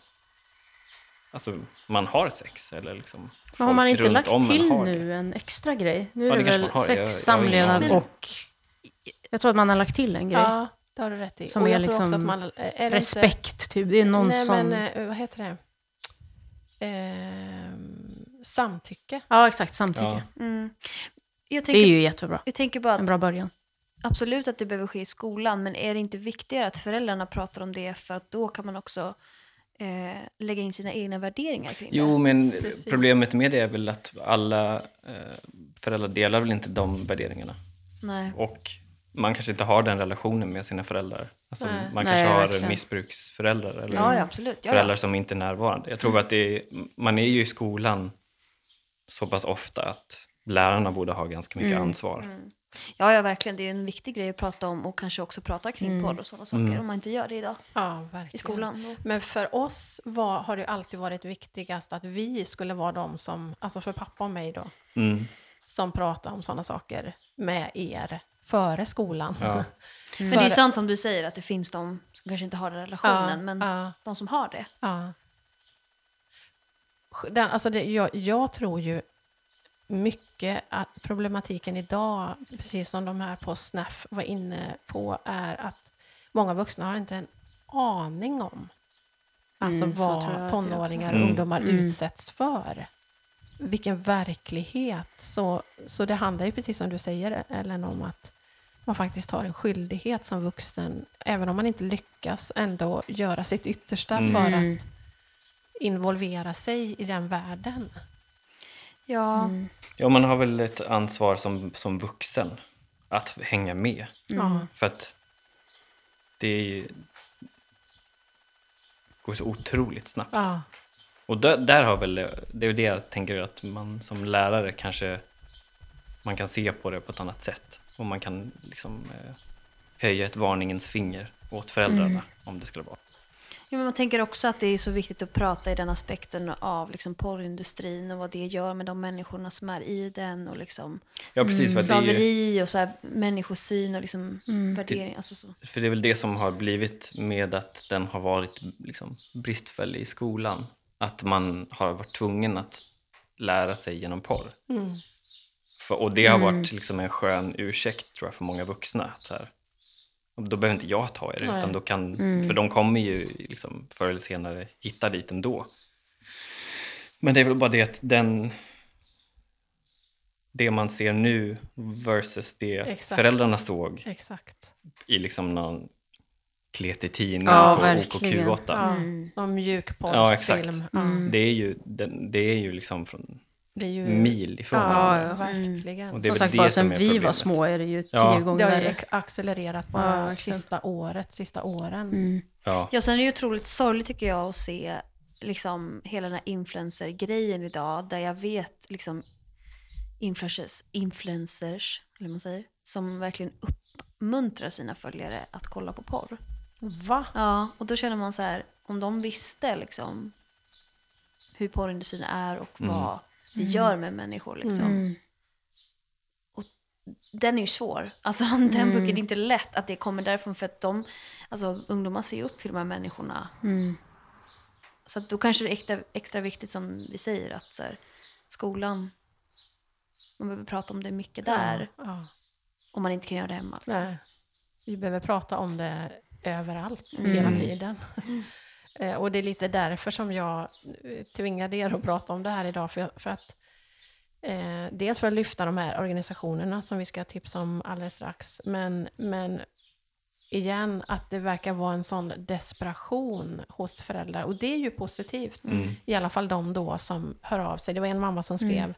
alltså, man har sex. Eller liksom Men har man folk inte runt lagt om en till har det. nu en extra grej? Nu Ja, är det det, kanske väl man har. Jag- jag har sex, ingen samlevnad aning. och... Jag tror att man har lagt till en grej. Ja, det har du rätt i. Som Och är jag tror också liksom att man, eh, är det Inte, Respekt, typ. Det är någon nej, som... men eh, vad heter det? Ehm, samtycke. Ja, exakt. Samtycke. Ja. Mm. Jag, Det tänker, är ju jättebra. jag tänker bara att En bra början. absolut att det behöver ske i skolan, men är det inte viktigare att föräldrarna pratar om det för att då kan man också eh, lägga in sina egna värderingar kring Jo, det? men Precis. problemet med det är väl att alla eh, föräldrar delar väl inte de värderingarna. Nej. Och man kanske inte har den relationen med sina föräldrar. Alltså, Nej. man Nej, kanske har verkligen. missbruksföräldrar eller Ja, ja, absolut. Ja, Mm. föräldrar ja. som inte är närvarande. Jag tror att det är, man är ju i skolan så pass ofta att lärarna borde ha ganska mycket Mm. ansvar. ja, ja, verkligen. Det är ju en viktig grej att prata om och kanske också prata kring Mm. podd och sådana Mm. saker om man inte gör det idag Ja, verkligen. i skolan. Och, Men för oss var, har det ju alltid varit viktigast att vi skulle vara de som, alltså för pappa och mig då, Mm. som pratade om sådana saker med er före skolan. Ja. Mm. Men det är ju sant som du säger att det finns de som kanske inte har den relationen, Ja, men ja. de som har det. Ja. Den, alltså det, jag, jag tror ju mycket att problematiken idag, precis som de här på SNAF var inne på, är att många vuxna har inte en aning om alltså Mm, så tror jag vad att det också. tonåringar och Mm. ungdomar utsätts för. Vilken verklighet. Så, så det handlar ju precis som du säger, Ellen, om att man faktiskt har en skyldighet som vuxen, även om man inte lyckas, ändå göra sitt yttersta för att involvera sig i den världen. Ja, Mm. Ja, man har väl ett ansvar som, som vuxen att hänga med. Ja. För att det är ju- går så otroligt snabbt. Ja. Och där, där har väl, det är ju det jag tänker att man som lärare kanske man kan se på det på ett annat sätt. Och man kan liksom eh, höja ett varningens finger åt föräldrarna om det skulle vara. Jo, men man tänker också att det är så viktigt att prata i den aspekten av liksom porrindustrin och vad det gör med de människorna som är i den och liksom Ja, precis. För, att det är ju, slaveri och så här människosyn och liksom värdering. Alltså så. för det är väl det som har blivit med att den har varit liksom, bristfällig i skolan. Att man har varit tvungen att lära sig genom porr. För, och det har varit liksom en skön ursäkt tror jag för många vuxna. Att så här, då behöver inte jag ta er, utan då kan, för de kommer ju liksom, förr eller senare hitta dit ändå. Men det är väl bara det att den, det man ser nu versus det Exakt. föräldrarna såg Exakt. i liksom någon kletig tidning Ja, på verkligen. OKQ8. Ja. Någon mjukporrfilm. Ja, exakt. Ja. Det, är ju, den, det är ju liksom från Det är ju... mil ifrån Mm. Ja, varandra. verkligen. Och det är väl Som sagt, det bara som sen är vi var problemet. små är det ju tio Ja. gånger Det har ju värre. ex- accelererat Ja, bara verkligen. sista året, sista åren. Ja. Ja, sen är det ju otroligt sorgligt tycker jag att se liksom hela den här influencer-grejen idag där jag vet liksom influencers, influencers eller vad man säger, som verkligen uppmuntrar sina följare att kolla på porr. Va? Ja, och då känner man så här, om de visste liksom hur porrindustrin är och vad det gör med människor liksom. Och den är ju svår. Alltså den pucken är inte lätt att det kommer därifrån för att de, alltså ungdomar ser ju upp till de här människorna. Så att då kanske det är extra, extra viktigt som vi säger att så här, skolan, man behöver prata om det mycket där Ja. om man inte kan göra det hemma. Liksom. Nej. Vi behöver prata om det överallt, hela tiden. Eh, Och det är lite därför som jag eh, tvingade er att prata om det här idag. För, för att, eh, dels för att lyfta de här organisationerna som vi ska tipsa om alldeles strax. Men, men igen, att det verkar vara en sån desperation hos föräldrar. Och det är ju positivt. I alla fall de då som hör av sig. Det var en mamma som skrev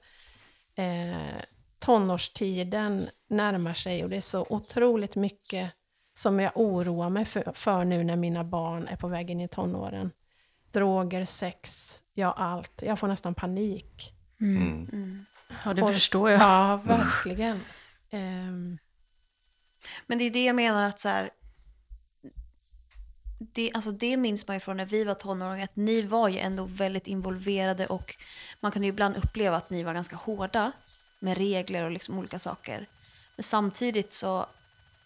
eh, tonårstiden närmar sig och det är så otroligt mycket som jag oroar mig för, för nu när mina barn är på väg in i tonåren. Droger, sex, ja allt. Jag får nästan panik. Ja, det Och- förstår jag. Ja, verkligen. Ehm, Men det är det jag menar att så här, det, alltså det minns man ju från när vi var tonåringar, att ni var ju ändå väldigt involverade och man kunde ju ibland uppleva att ni var ganska hårda med regler och liksom olika saker. Men samtidigt så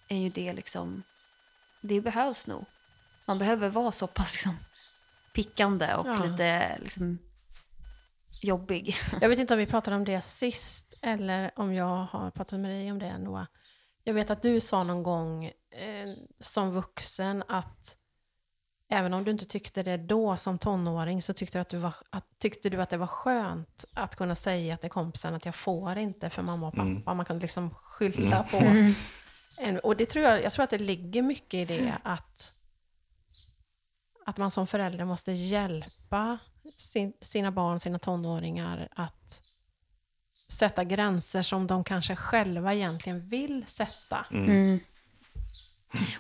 är ju det liksom, det behövs nog. Man behöver vara så pass liksom pickande och Ja. lite liksom jobbig. Jag vet inte om vi pratade om det sist eller om jag har pratat med dig om det Noah. Jag vet att du sa någon gång eh, som vuxen att även om du inte tyckte det då som tonåring så tyckte du att, du var, att, tyckte du att det var skönt att kunna säga till kompisen att jag får inte för mamma och pappa. Man kan liksom skylla på. En, och det tror jag, jag tror att det ligger mycket i det att att man som förälder måste hjälpa sin, sina barn, sina tonåringar att sätta gränser som de kanske själva egentligen vill sätta. Mm.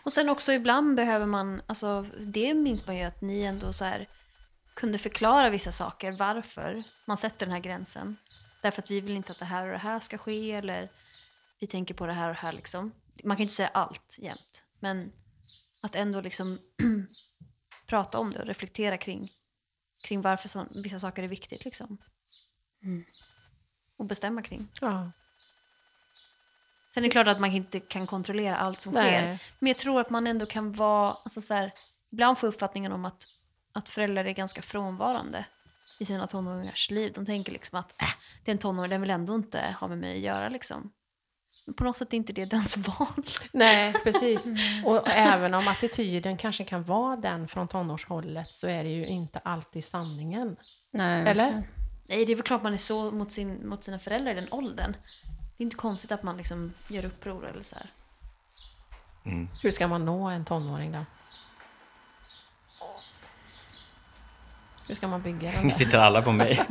Och sen också ibland behöver man, alltså det minns man ju att ni ändå så här kunde förklara vissa saker, varför man sätter den här gränsen. Därför att vi vill inte att det här och det här ska ske eller vi tänker på det här och det här liksom. Man kan ju inte säga allt jämt, men att ändå liksom prata om det och reflektera kring, kring varför så, vissa saker är viktigt liksom. Och bestämma kring. Ja. Sen är det klart att man inte kan kontrollera allt som Nej. sker. Men jag tror att man ändå kan vara... Alltså så här, ibland får jag uppfattningen om att, att föräldrar är ganska frånvarande. i sina tonåringars liv. De tänker liksom att äh, det är en tonåring, den vill ändå inte ha med mig att göra. Liksom. Men på något sätt är inte det dens val. Nej, precis. Och även om attityden kanske kan vara den från tonårshållet så är det ju inte alltid sanningen. Nej, Eller? Nej, det är väl klart man är så mot, sin, mot sina föräldrar i den åldern. Det är inte konstigt att man liksom gör uppror eller så här. Hur ska man nå en tonåring då? Hur ska man bygga den? Ni tittar alla på mig.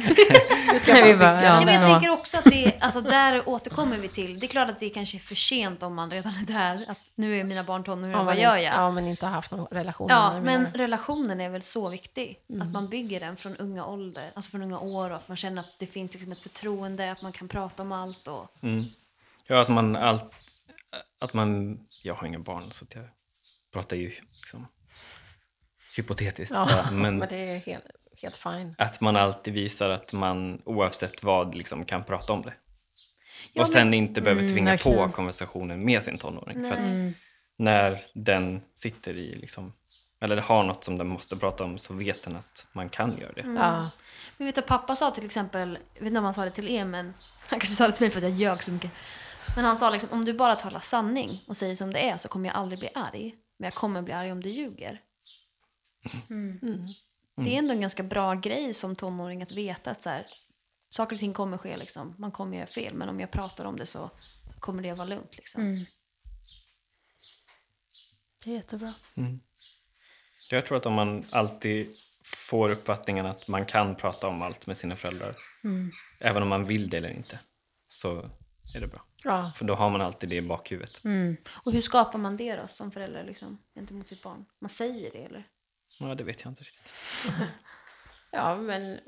Hur ska man Vi bygga bara, ja. den? Nej, men jag det var- tänker också att det, alltså där återkommer vi till, det är klart att det kanske är för sent om man redan är där, att nu är mina barn tonåringar, vad man gör in- jag? Ja, men inte har haft någon relation. Ja, med men varandra. relationen är väl så viktig. Mm. Att man bygger den från unga ålder, alltså från unga år och att man känner att det finns liksom ett förtroende, att man kan prata om allt och... Ja, att man allt... Att man... Jag har inga barn, så att jag pratar ju liksom hypotetiskt. ja, bara, men men det är helt, helt fine. att man alltid visar att man oavsett vad liksom, kan prata om det. Ja, och sen inte behöver tvinga på verkligen. konversationen med sin tonåring. För att när den sitter i, liksom, eller har något som den måste prata om så vet den att man kan göra det. Ja. Men vet du, pappa sa till exempel, jag vet inte om han sa det till er men han kanske sa det till mig för att jag ljög så mycket. Men han sa liksom, om du bara talar sanning och säger som det är så kommer jag aldrig bli arg. Men jag kommer bli arg om du ljuger. Mm. Det är ändå en ganska bra grej som tonåring att veta att så här, saker och ting kommer ske liksom. Man kommer göra fel men om jag pratar om det så kommer det vara lugnt liksom. Det är jättebra. Jag tror att om man alltid får uppfattningen att man kan prata om allt med sina föräldrar, även om man vill det eller inte, så är det bra. Ja. För då har man alltid det i bakhuvudet. Och hur skapar man det då som förälder liksom gentemot sitt barn? Man säger det eller? Ja, det vet jag inte riktigt. ja, men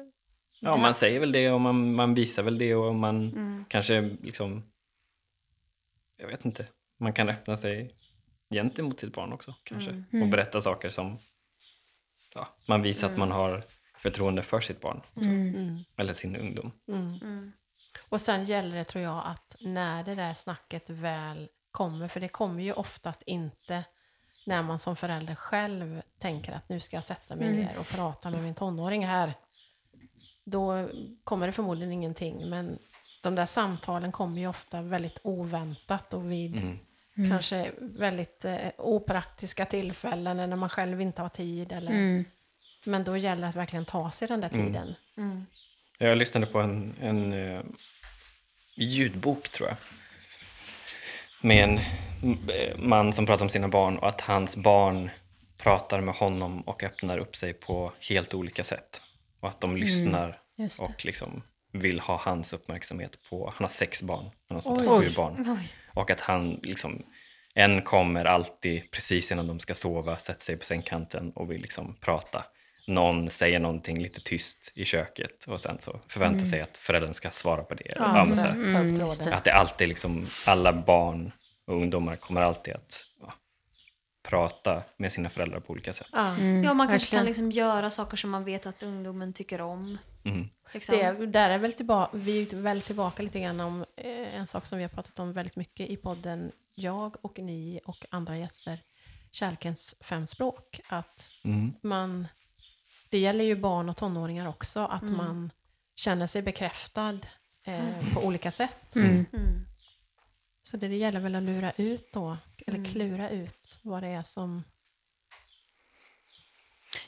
Ja, man säger väl det och man, man visar väl det och man kanske liksom... Jag vet inte. Man kan öppna sig gentemot sitt barn också kanske och berätta saker som... Ja, man visar att man har förtroende för sitt barn, också. eller sin ungdom. Och sen gäller det tror jag att när det där snacket väl kommer, för det kommer ju oftast inte när man som förälder själv tänker att nu ska jag sätta mig Mm. ner och prata med min tonåring här. Då kommer det förmodligen ingenting, men de där samtalen kommer ju ofta väldigt oväntat och vid Mm. kanske väldigt eh, opraktiska tillfällen eller när man själv inte har tid. Eller, Mm. Men då gäller det att verkligen ta sig den där tiden. Jag lyssnade på en, en eh, ljudbok, tror jag. Med en eh, man som pratar om sina barn och att hans barn pratar med honom och öppnar upp sig på helt olika sätt. Och att de lyssnar Mm, just det. och liksom vill ha hans uppmärksamhet på... Han har sex barn, men har sånt där, sju barn. Och att han liksom... En kommer alltid precis innan de ska sova, sätter sig på sängkanten och vill liksom prata. Någon säger någonting lite tyst i köket och sen så förväntar sig att föräldern ska svara på det. Eller, ja, men så här. Ta upp tråden. Att det alltid liksom, alla barn och ungdomar kommer alltid att ja, prata med sina föräldrar på olika sätt. Mm, ja, man kanske kan liksom göra saker som man vet att ungdomen tycker om. Liksom. Det, där är väl tillbaka, vi är väl tillbaka lite grann om eh, en sak som vi har pratat om väldigt mycket i podden, jag och ni och andra gäster, kärlekens fem språk. Att man, det gäller ju barn och tonåringar också, att man känner sig bekräftad eh, på olika sätt. Så det, det gäller väl att lura ut då, eller klura ut vad det är som...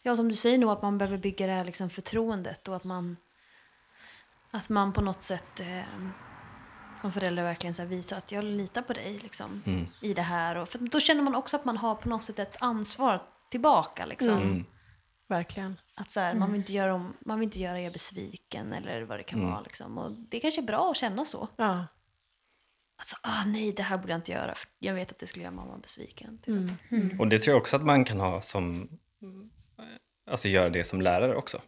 Ja, som du säger nog att man behöver bygga det här liksom förtroendet och att man, att man på något sätt eh, som förälder verkligen så här visar att jag litar på dig liksom, i det här. Och, för då känner man också att man har på något sätt ett ansvar tillbaka. Liksom. Verkligen. Att så här, man, Mm. vill inte göra om, man vill inte göra er besviken eller vad det kan vara. Liksom. Och det kanske är bra att känna så. Ja. Alltså, ah, nej, det här borde jag inte göra. För jag vet att det skulle göra mamma besviken. Till Mm. exempel. Och det tror jag också att man kan ha som, alltså göra det som lärare också.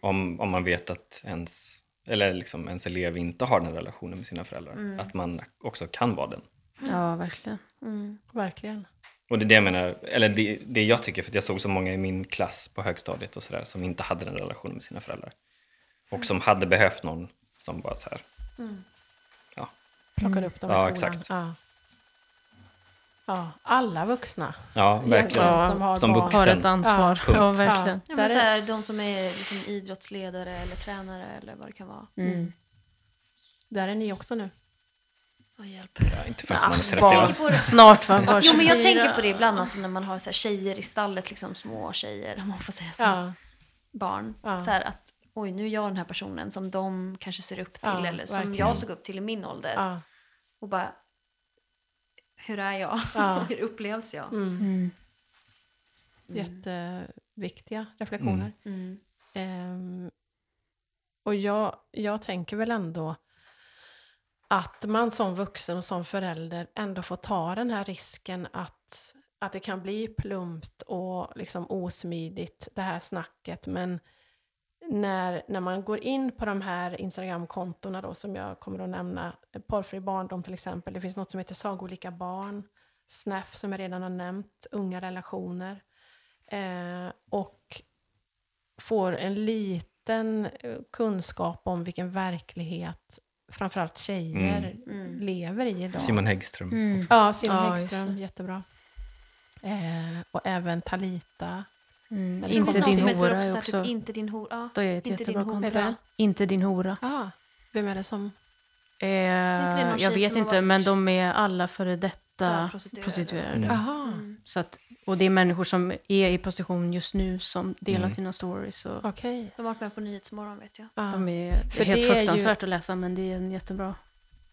Om, om man vet att ens, eller liksom ens elev inte har den relationen med sina föräldrar. Att man också kan vara den. Ja, verkligen. Mm. Verkligen. Och det är det jag menar, eller det, det jag tycker, för att jag såg så många i min klass på högstadiet och sådär som inte hade den relationen med sina föräldrar. Och som hade behövt någon som bara så här, ja, Plockade upp dem i Ja, skolan. exakt. Ja. Ja, alla vuxna. Ja, verkligen. egentligen, Som har Som barn. vuxen. Har ett ansvar. Ja. Ja, Punkt. verkligen. Ja, Ja, där men så är, här, de som är liksom idrottsledare eller tränare eller vad det kan vara. Mm. Mm. där är ni också nu. Åh, hjälp. Ja, inte förrän man är 30 barn. va? på det. Snart var bara Jo, men jag 24. tänker på det ibland alltså, när man har så här, tjejer i stallet, liksom, små tjejer, om man får säga så, Ja, barn. Ja. Så här, att oj, nu är jag den här personen som de kanske ser upp till Ja, eller som verkligen. jag såg upp till i min ålder. ja, Och bara, hur är jag? Ja. hur upplevs jag? mm. Mm. Jätteviktiga reflektioner. Mm. Ehm, och jag, jag tänker väl ändå att man som vuxen och som förälder ändå får ta den här risken att, att det kan bli plumpt och liksom osmidigt det här snacket. Men när, när man går in på de här Instagramkontona då som jag kommer att nämna, Porrfri barndom till exempel, det finns något som heter Sagolika barn, Snäff som jag redan har nämnt, Unga relationer. Eh, och får en liten eh, kunskap om vilken verklighet framförallt tjejer Mm. lever i idag. Simon Häggström. Mm. ja, Simon Ja, just Häggström, det. jättebra. Eh, och även Talita. Mm. Men det Inte kommer någon din som hora är så här, också... Typ, inte din hora. Ja. Då är ett inte din jättebra hora. konto. Heter den? Inte din hora. Ah, vem är det som... Eh, det någon jag tjej vet som har inte, varit- men de är alla före detta Ja, prostituerade. prostituerade. Mm. Mm. Aha. Så att, och det är människor som är i position just nu som delar Mm. sina stories. Och Okej. De har varit med på Nyhetsmorgon vet jag. Ja. De är För helt det är ju- fruktansvärt att läsa, men det är en jättebra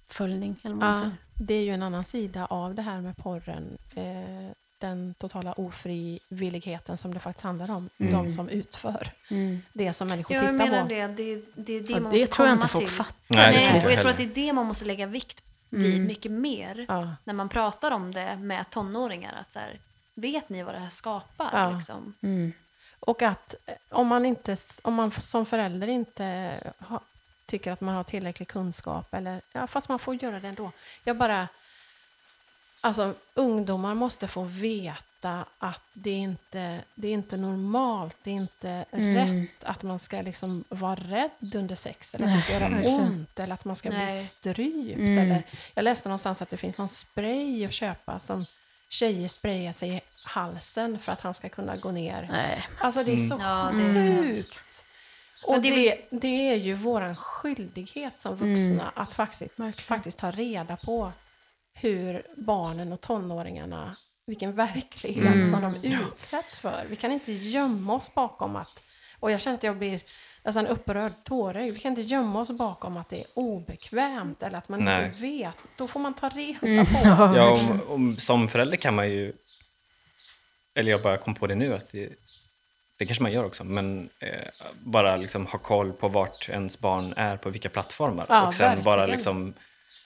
följning. Eller vad man ja, säger. det är ju en annan sida av det här med porren. Eh, den totala ofrivilligheten som det faktiskt handlar om. De som utför Mm. det som människor Jag tittar menar på. det, det, det är det Ja, man det måste tror jag komma inte folk till. fattar. Mm. Nej, det Nej, tror och jag inte tror att heller. det är det man måste lägga vikt vid mycket mer Ja. när man pratar om det med tonåringar. Att så här, vet ni vad det här skapar? Ja. Liksom? Mm. Och att eh, om man, inte, s- om man f- som förälder inte ha, tycker att man har tillräcklig kunskap, eller, ja, fast man får göra det ändå. Jag bara, alltså, ungdomar måste få veta att det är inte det är inte normalt, det är inte rätt att man ska liksom vara rädd under sex, eller att det ska göra ont, eller att man ska bli Nej. strypt. Eller, jag läste någonstans att det finns någon spray att köpa som tjejer sprayar sig i halsen för att han ska kunna gå ner. Nej. Alltså det Mm. är så Ja, det är sjukt. Och Men det det, är Mm. det, är ju vår skyldighet som vuxna att faktiskt, faktiskt ta reda på hur barnen och tonåringarna, vilken verklighet Mm. som de utsätts för. Vi kan inte gömma oss bakom att, och jag känner att jag blir nästan upprörd, tårögd. Vi kan inte gömma oss bakom att det är obekvämt eller att man Nej. inte vet. Då får man ta reda Mm. på. Ja, om, om, som förälder kan man ju... Eller jag bara kom på det nu, att det, det kanske man gör också, men eh, bara liksom ha koll på vart ens barn är på vilka plattformar. Ja, och sen bara verkligen. liksom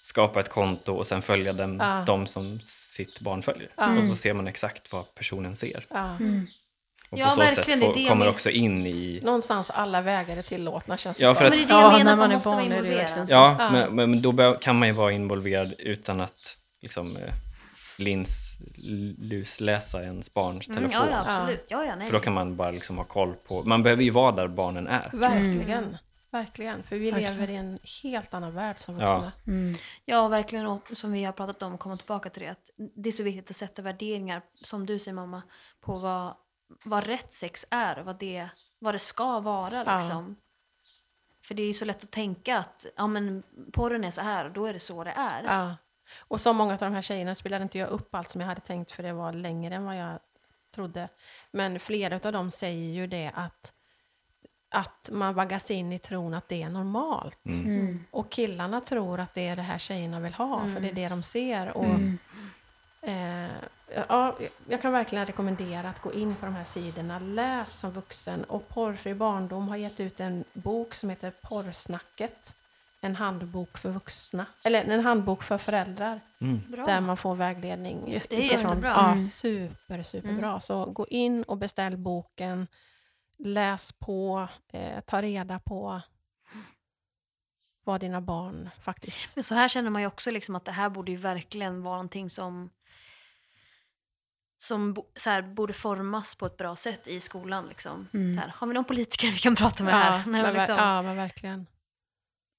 skapa ett konto och sen följa den, Ja. de som sitt barn följer. Och så ser man exakt vad personen ser. Ja. Och Ja, på så verkligen, sätt det är får, det jag kommer men- också in i... Någonstans alla vägar är tillåtna känns det Ja, som. för att- Men det är det Ja, jag menar, när man, man är måste vara barn är det involverad. verkligen så. Ja, Men, men då be- kan man ju vara involverad utan att liksom, eh, lins, lusläsa ens barns telefon. Mm, ja, ja, absolut. Ja, ja, nej. För då kan man bara liksom ha koll på... Man behöver ju vara där barnen är. Verkligen. Verkligen. För vi lever i en helt annan värld som vuxna. Ja, och verkligen och som vi har pratat om, komma tillbaka till det. Att det är så viktigt att sätta värderingar, som du säger mamma, på vad, vad rätt sex är och vad det, vad det ska vara. Ja. Liksom. För det är ju så lätt att tänka att ja, men porren är så här och då är det så det är. Ja. Och som många av de här tjejerna spelade inte jag upp allt som jag hade tänkt för det var längre än vad jag trodde. Men flera av dem säger ju det att, att man vaggas in i tron att det är normalt. Och killarna tror att det är det här tjejerna vill ha, för det är det de ser. Och, eh, ja, jag kan verkligen rekommendera att gå in på de här sidorna. Läs som vuxen. Och Porrfri barndom har gett ut en bok som heter Porrsnacket. En handbok för vuxna. Eller en handbok för föräldrar. Bra. Där man får vägledning är jättebra. Mm. Ja, super, superbra. Så gå in och beställ boken. Läs på, eh, ta reda på vad dina barn faktiskt... Men så här känner man ju också liksom att det här borde ju verkligen vara någonting som som bo, så här, borde formas på ett bra sätt i skolan. Liksom. Så här, har vi någon politiker vi kan prata med Mm. Ja, här? Nej, men men, ver- liksom, ja, men verkligen.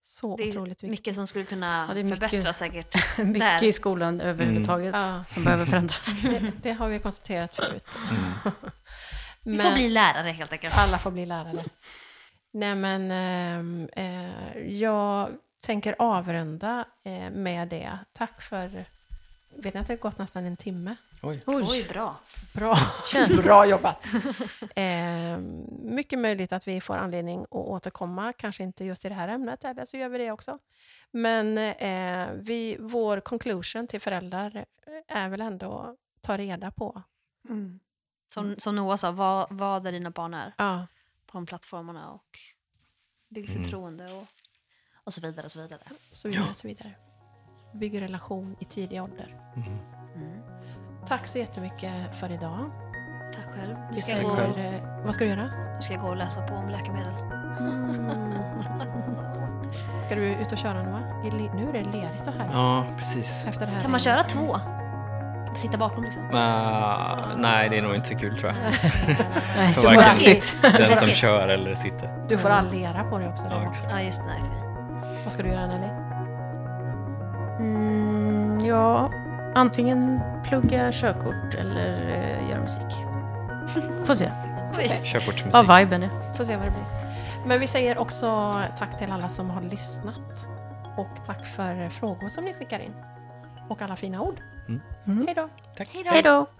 Så Det är otroligt viktigt. mycket som skulle kunna Ja, det är mycket- förbättras säkert. Mycket Där. i Mm. skolan överhuvudtaget Ja. som behöver förändras. Det, det har vi konstaterat förut. Vi Men får bli lärare helt enkelt. alla får bli lärare. Nej men, ehm, eh, jag tänker avrunda eh, med det. Tack för... Vet ni att det har gått nästan en timme? Oj. Oj, bra. Bra, Bra jobbat! Eh, mycket möjligt att vi får anledning att återkomma, kanske inte just i det här ämnet, eller så gör vi det också. Men eh, vi, vår conclusion till föräldrar är väl ändå ta reda på. Mm. Som, som Noah sa, vad, vad är dina barn är Ja, på de plattformarna och bygg förtroende och, och så vidare. Och så vidare. så vidare, så vidare. Bygg relation i tidig ålder. Mm. Tack så jättemycket för idag. Tack själv. Nu Vi ska, ska jag Tack gå, själv. eh, vad ska du göra? nu ska jag gå och läsa på om läkemedel. Ska du ut och köra nu? Va? I le- Nu är det lerigt och härligt. Ja, precis. Efter det här Kan man regnet. köra två? Sitta bakom liksom? Ah, nej, det är nog inte så kul tror jag. Nej, Så varken smutsigt. Den som Säkert. kör eller sitter. Du får all lera på dig också. Ja, Där. exakt. Ja, just det. Nej, fy. Vad ska du göra Nelly? Mm, ja, antingen plugga körkort eller eh, göra musik. Får se Körkortsmusik. vad viben är. Får se vad det blir. Men vi säger också tack till alla som har lyssnat. Och tack för frågor som ni skickar in. Och alla fina ord. Hej då! Hej då. Hej då!